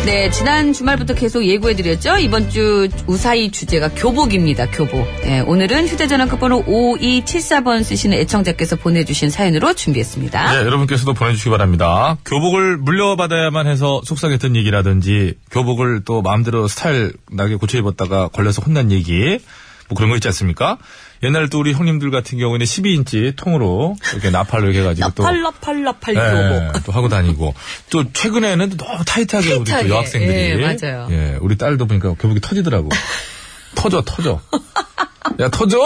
네, 지난 주말부터 계속 예고해드렸죠? 이번 주 우사히 주제가 교복입니다, 교복. 예, 오늘은 휴대전화 끝번호 5274번 쓰시는 애청자께서 보내주신 사연으로 준비했습니다. 네, 여러분께서도 보내주시기 바랍니다. 교복을 물려받아야만 해서 속상했던 얘기라든지 교복을 또 마음대로 스타일 나게 고쳐 입었다가 걸려서 혼난 얘기 뭐 그런 거 있지 않습니까? 옛날 또 우리 형님들 같은 경우에는 12인치 통으로 이렇게 나팔로 이렇게 해가지고 또 팔라팔라팔 예, 또 하고 다니고 또 최근에는 또 너무 타이트하게 우리 또 타이트하게. 여학생들이 예, 맞아요. 예, 우리 딸도 보니까 교복이 터지더라고 터져 터져 야 터져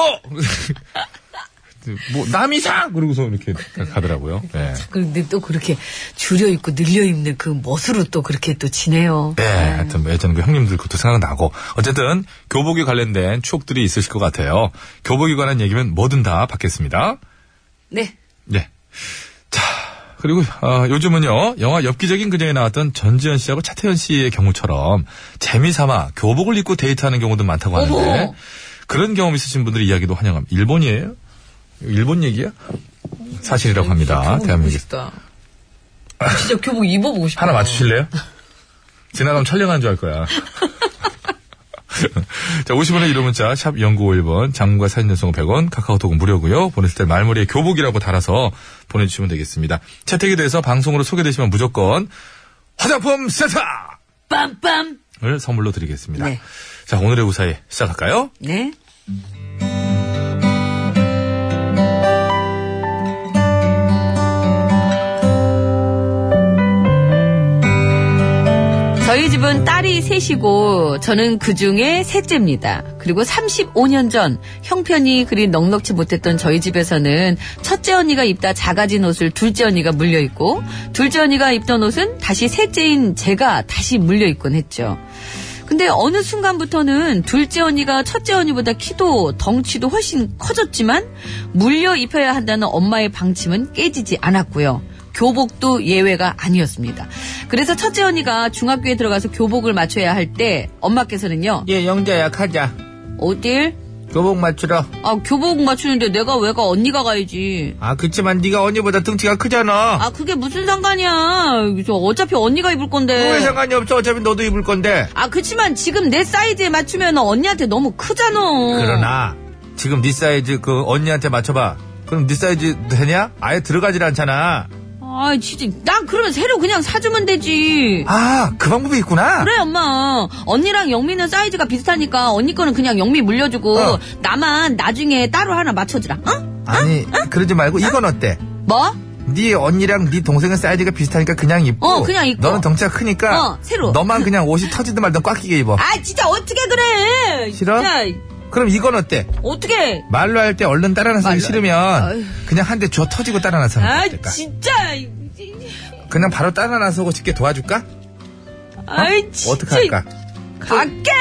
뭐 남이 사 그러고서 이렇게 가더라고요 예. 근데 또 그렇게 줄여 입고 늘려 입는 그 멋으로 또 그렇게 또 지내요. 예, 하여튼 뭐 예전 그 형님들 그것도 생각나고 어쨌든 교복에 관련된 추억들이 있으실 것 같아요 교복에 관한 얘기면 뭐든 다 받겠습니다 네. 네. 자, 그리고 아, 요즘은요 영화 엽기적인 그녀에 나왔던 전지현 씨하고 차태현 씨의 경우처럼 재미삼아 교복을 입고 데이트하는 경우도 많다고 하는데 어머. 그런 경험 있으신 분들의 이야기도 환영합니다. 일본이에요? 일본 얘기야? 사실이라고 합니다. 교복 대한민국 입고 싶다. 진짜 교복 입어보고 싶다. 하나 맞추실래요? 지나가면 촬영한 줄 알 거야. 자, 50원의 이름 문자, 샵 0951번, 장문과 사진 전송 100원, 카카오톡은 무료고요 보내실 때 말머리에 교복이라고 달아서 보내주시면 되겠습니다. 채택이 돼서 방송으로 소개되시면 무조건 화장품 세트를 빰빰! 선물로 드리겠습니다. 네. 자, 오늘의 우사히 시작할까요? 네. 저희 집은 딸이 셋이고 저는 그 중에 셋째입니다. 그리고 35년 전 형편이 그리 넉넉치 못했던 저희 집에서는 첫째 언니가 입다 작아진 옷을 둘째 언니가 물려 입고 둘째 언니가 입던 옷은 다시 셋째인 제가 다시 물려 입곤 했죠. 근데 어느 순간부터는 둘째 언니가 첫째 언니보다 키도 덩치도 훨씬 커졌지만 물려 입혀야 한다는 엄마의 방침은 깨지지 않았고요. 교복도 예외가 아니었습니다. 그래서 첫째 언니가 중학교에 들어가서 교복을 맞춰야 할 때 엄마께서는요. 예, 영자야, 가자. 어딜? 교복 맞추러. 아 교복 맞추는데 내가 왜 가 언니가 가야지. 아, 그치만 네가 언니보다 덩치가 크잖아. 아 그게 무슨 상관이야. 저 어차피 언니가 입을 왜 건데. 상관이 없어? 어차피 너도 입을 건데. 아 그치만 지금 내 사이즈에 맞추면 언니한테 너무 크잖아. 그러나 지금 네 사이즈 그 언니한테 맞춰봐. 그럼 네 사이즈 되냐? 아예 들어가질 않잖아. 아 진짜 난 그러면 새로 그냥 사주면 되지. 아, 그 방법이 있구나. 그래 엄마 언니랑 영미는 사이즈가 비슷하니까 언니 거는 그냥 영미 물려주고 어. 나만 나중에 따로 하나 맞춰주라 어? 아니, 그러지 말고 이건 어때? 뭐? 네 언니랑 네 동생은 사이즈가 비슷하니까 그냥 입고. 어, 그냥 입고. 너는 덩치가 크니까. 어, 새로. 너만 그냥 옷이 터지든 말든 꽉 끼게 입어. 아 진짜 어떻게 그래 싫어? 진짜 그럼 이건 어때? 어떻게 말로 할 때 얼른 따라나서기 싫으면 아유. 그냥 한 대 주워 터지고 따라나서 아 면 될까? 어? 진짜 그냥 바로 따라나서고 쉽게 도와줄까? 아이 진짜 어떻게 할까? 그 갈게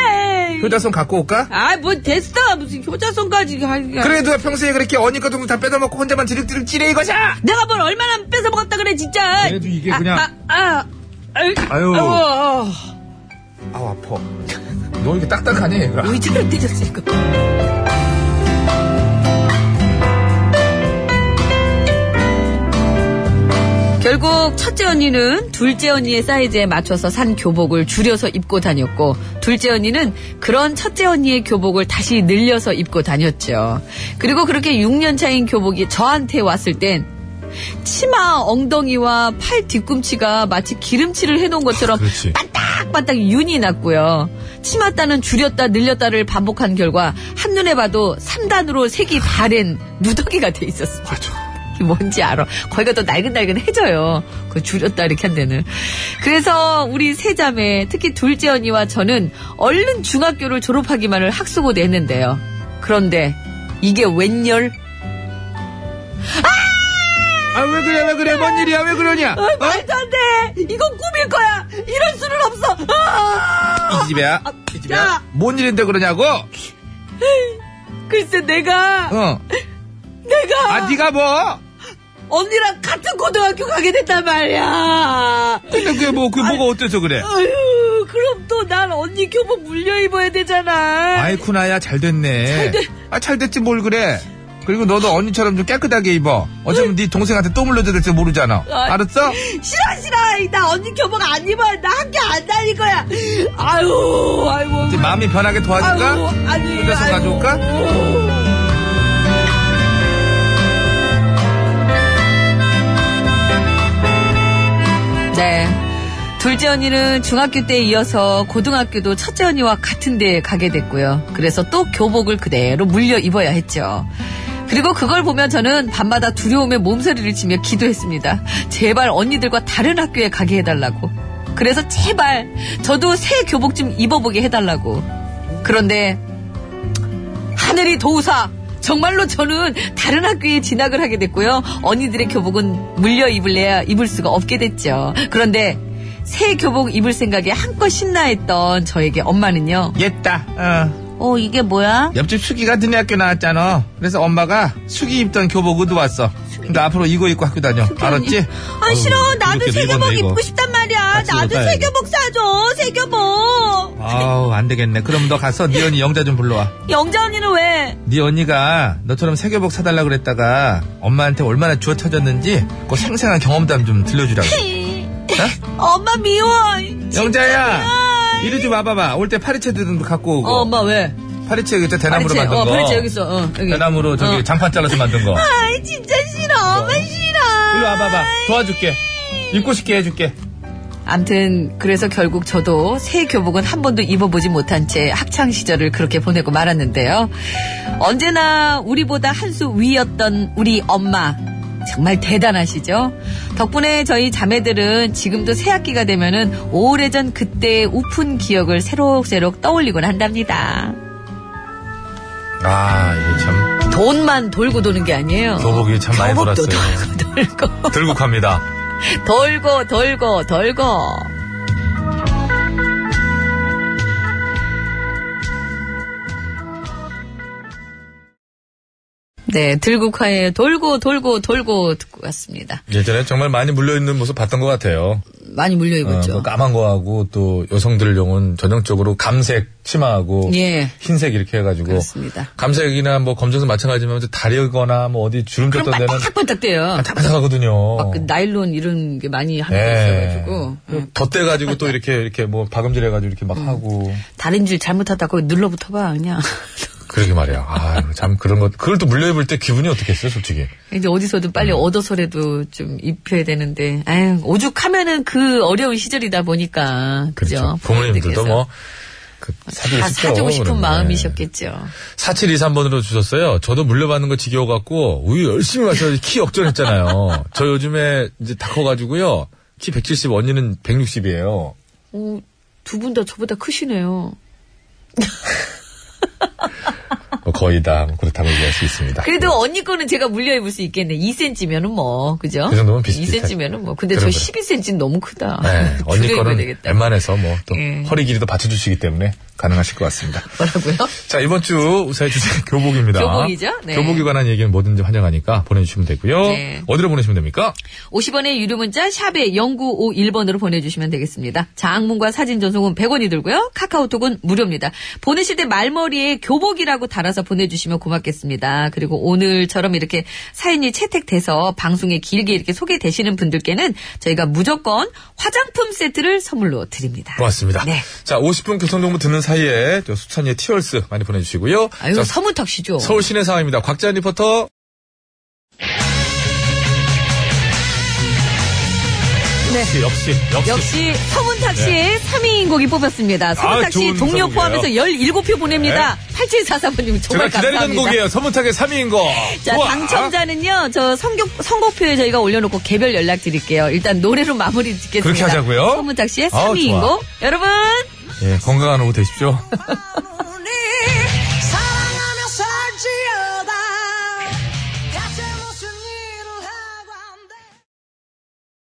효자손 갖고 올까? 아뭐 됐어 무슨 효자손까지 아, 가- 가- 그래도 평소에 그렇게 언니 거 동생 다 빼다먹고 혼자만 지륵지륵 지레 이거자! 내가 뭘 얼마나 뺏어 먹었다 그래 진짜 그래도 이게 그냥- 아, 아, 어. 아. 아유, 아유. 아유. 아유. 아우 아파 너 이렇게 딱딱하니? 아, 의자로 떼졌어 이거 결국 첫째 언니는 둘째 언니의 사이즈에 맞춰서 산 교복을 줄여서 입고 다녔고 둘째 언니는 그런 첫째 언니의 교복을 다시 늘려서 입고 다녔죠. 그리고 그렇게 6년 차인 교복이 저한테 왔을 땐 치마 엉덩이와 팔 뒤꿈치가 마치 기름칠을 해놓은 것처럼 그렇지. 반딱반딱 윤이 났고요. 치마 따는 줄였다 늘렸다를 반복한 결과 한눈에 봐도 3단으로 색이 바랜 누더기가 돼 있었습니다. 이게 뭔지 알아. 거기가 더 날근날근해져요. 그 줄였다 이렇게 한 데는. 그래서 우리 세 자매, 특히 둘째 언니와 저는 얼른 중학교를 졸업하기만을 학수고도 했는데요. 그런데 이게 웬열? 아 왜 그래 왜 그래 뭔 일이야 왜 그러냐? 아, 말도 안 돼! 이건 꿈일 거야! 이럴 수는 없어! 아! 이 집이야 이 야. 집이야 뭔 일인데 그러냐고? 글쎄 내가 어. 내가 아 네가 뭐? 언니랑 같은 고등학교 가게 됐단 말이야. 근데 그게 뭐 그 아, 뭐가 어때서 그래? 아유 그럼 또 난 언니 교복 물려 입어야 되잖아. 아이쿠나야 잘 됐네 아 잘 됐지 뭘 그래 그리고 너도 언니처럼 좀 깨끗하게 입어 어차피 네 동생한테 또 물려줘야 될지 모르잖아 아이. 알았어? 싫어 싫어 나 언니 교복 안 입어야 나 학교 안 다닐 거야. 아유 아이고. 이제 마음이 변하게 도와줄까? 아유 아니. 혼자서 아이고. 가져올까? 네. 둘째 언니는 중학교 때에 이어서 고등학교도 첫째 언니와 같은 데에 가게 됐고요. 그래서 또 교복을 그대로 물려 입어야 했죠. 그리고 그걸 보면 저는 밤마다 두려움에 몸서리를 치며 기도했습니다. 제발 언니들과 다른 학교에 가게 해달라고. 그래서 제발 저도 새 교복 좀 입어보게 해달라고. 그런데 하늘이 도우사 정말로 저는 다른 학교에 진학을 하게 됐고요. 언니들의 교복은 물려 입을래야 입을 수가 없게 됐죠. 그런데 새 교복 입을 생각에 한껏 신나했던 저에게 엄마는요. 옛다 어. 어 이게 뭐야? 옆집 수기가 너네 학교 나왔잖아. 그래서 엄마가 수기 입던 교복 의도왔어. 나 앞으로 이거 입고 학교 다녀. 알았지? 아 싫어 나도 이렇게 새 입었네, 교복 이거. 입고 싶단 말이야. 같이 나도 입었다, 새 이거. 교복 사줘 새 교복. 아우 안 되겠네. 그럼 너 가서 네 언니 영자 좀 불러와. 영자 언니는 왜? 네 언니가 너처럼 새 교복 사달라 그랬다가 엄마한테 얼마나 주워 터졌는지 그 생생한 경험담 좀 들려주라고. 엄마 미워. 영자야 이리 좀 와봐봐. 올 때 파리채 든 갖고 오고. 아, 어 엄마 왜? 파리채 그때 대나무로 파리채, 만든 어, 거. 파리채 여기 있어. 어, 여기. 대나무로 저기 어. 장판 잘라서 만든 거. 아이 진짜 싫어 엄마 싫어. 이리 와봐봐. 도와줄게. 입고 싶게 해줄게. 암튼 그래서 결국 저도 새 교복은 한 번도 입어보지 못한 채 학창 시절을 그렇게 보내고 말았는데요. 언제나 우리보다 한 수 위였던 우리 엄마 정말 대단하시죠. 덕분에 저희 자매들은 지금도 새 학기가 되면은 오래전 그때의 우픈 기억을 새록새록 떠올리곤 한답니다. 아, 이게 참 돈만 돌고 도는 게 아니에요. 교복이 참 많이 교복도 돌았어요. 돌고 돌고 들국합니다. 돌고 돌고 돌고 네, 들국화의 돌고 돌고 돌고 듣고 왔습니다. 예전에 정말 많이 물려있는 모습 봤던 것 같아요. 많이 물려 어, 입었죠. 뭐 까만 거하고 또 여성들용은 전형적으로 감색 치마하고 예. 흰색 이렇게 해가지고 그렇습니다. 감색이나 뭐 검정색 마찬가지면 이제 다리거나 뭐 어디 주름 그럼 꼈던 데는 바짝바짝 아, 돼요. 바삭하거든요. 막그 나일론 이런 게 많이 함께 예. 있어가지고 응. 덧대가지고 또 이렇게 이렇게 뭐 박음질해가지고 이렇게 막 하고 다른 줄 잘못하다 거기 눌러붙어봐 그냥 그러게 말이야. 아, 참 그런 것 그걸 또 물려입을 때 기분이 어떻겠어요, 솔직히. 이제 어디서든 빨리 음. 얻어서라도 좀 입혀야 되는데 아유 오죽하면은 그 어려운 시절이다 보니까 그죠 그렇죠. 부모님들도 부모님들께서 뭐. 그 사주고 다 싶죠. 사주고 싶은 그러면. 마음이셨겠죠. 4723번으로 주셨어요. 저도 물려받는 거 지겨워갖고, 우유 열심히 마셔서 키 역전했잖아요. 저 요즘에 이제 다 커가지고요. 키 170, 언니는 160이에요. 두 분 다 저보다 크시네요. 거의 다뭐 그렇다고 얘기할 수 있습니다. 그래도 언니 거는 제가 물려 입을 수 있겠네. 2cm면은 뭐 그죠? 그 정도면 비슷비슷해. 2cm면은 뭐. 근데 저 그럼, 12cm 너무 크다. 네, 언니 줄여야 거는 되겠다. 웬만해서 뭐 또 예. 허리 길이도 받쳐주시기 때문에 가능하실 것 같습니다. 뭐라고요? 자, 이번 주 우사의 주제 교복입니다. 교복이죠? 네. 교복에 관한 얘기는 뭐든지 환영하니까 보내주시면 되고요. 네. 어디로 보내시면 됩니까? 50원의 유료 문자 샵에 0951번으로 보내주시면 되겠습니다. 장문과 사진 전송은 100원이 들고요. 카카오톡은 무료입니다. 보내실 때 말머리에 교복이라고 달아서 보내주시면 고맙겠습니다. 그리고 오늘처럼 이렇게 사연이 채택돼서 방송에 길게 이렇게 소개되시는 분들께는 저희가 무조건 화장품 세트를 선물로 드립니다. 고맙습니다. 네. 자, 50분 교통정보 듣는 사이에 저 수찬이의 티얼스 많이 보내주시고요. 아유, 자, 서문탁 씨죠? 서울 시내 상황입니다. 곽재현 리포터. 역시, 역시, 역시. 네. 역시 서문탁 씨의 3위인 곡이 뽑혔습니다. 서문탁 씨 네. 아, 좋은 동료 선곡이에요. 네. 포함해서 17표 보냅니다. 8744번님 제가 정말 기다리던 감사합니다. 곡이에요. 서문탁의 3위인 거. 자, 우와. 당첨자는요, 저 성격, 선곡표에 저희가 올려놓고 개별 연락 드릴게요. 일단 노래로 마무리 짓겠습니다. 그렇게 하자고요? 서문탁 씨의 아우, 3위인 좋아. 곡. 여러분! 예, 건강한 오후 되십시오.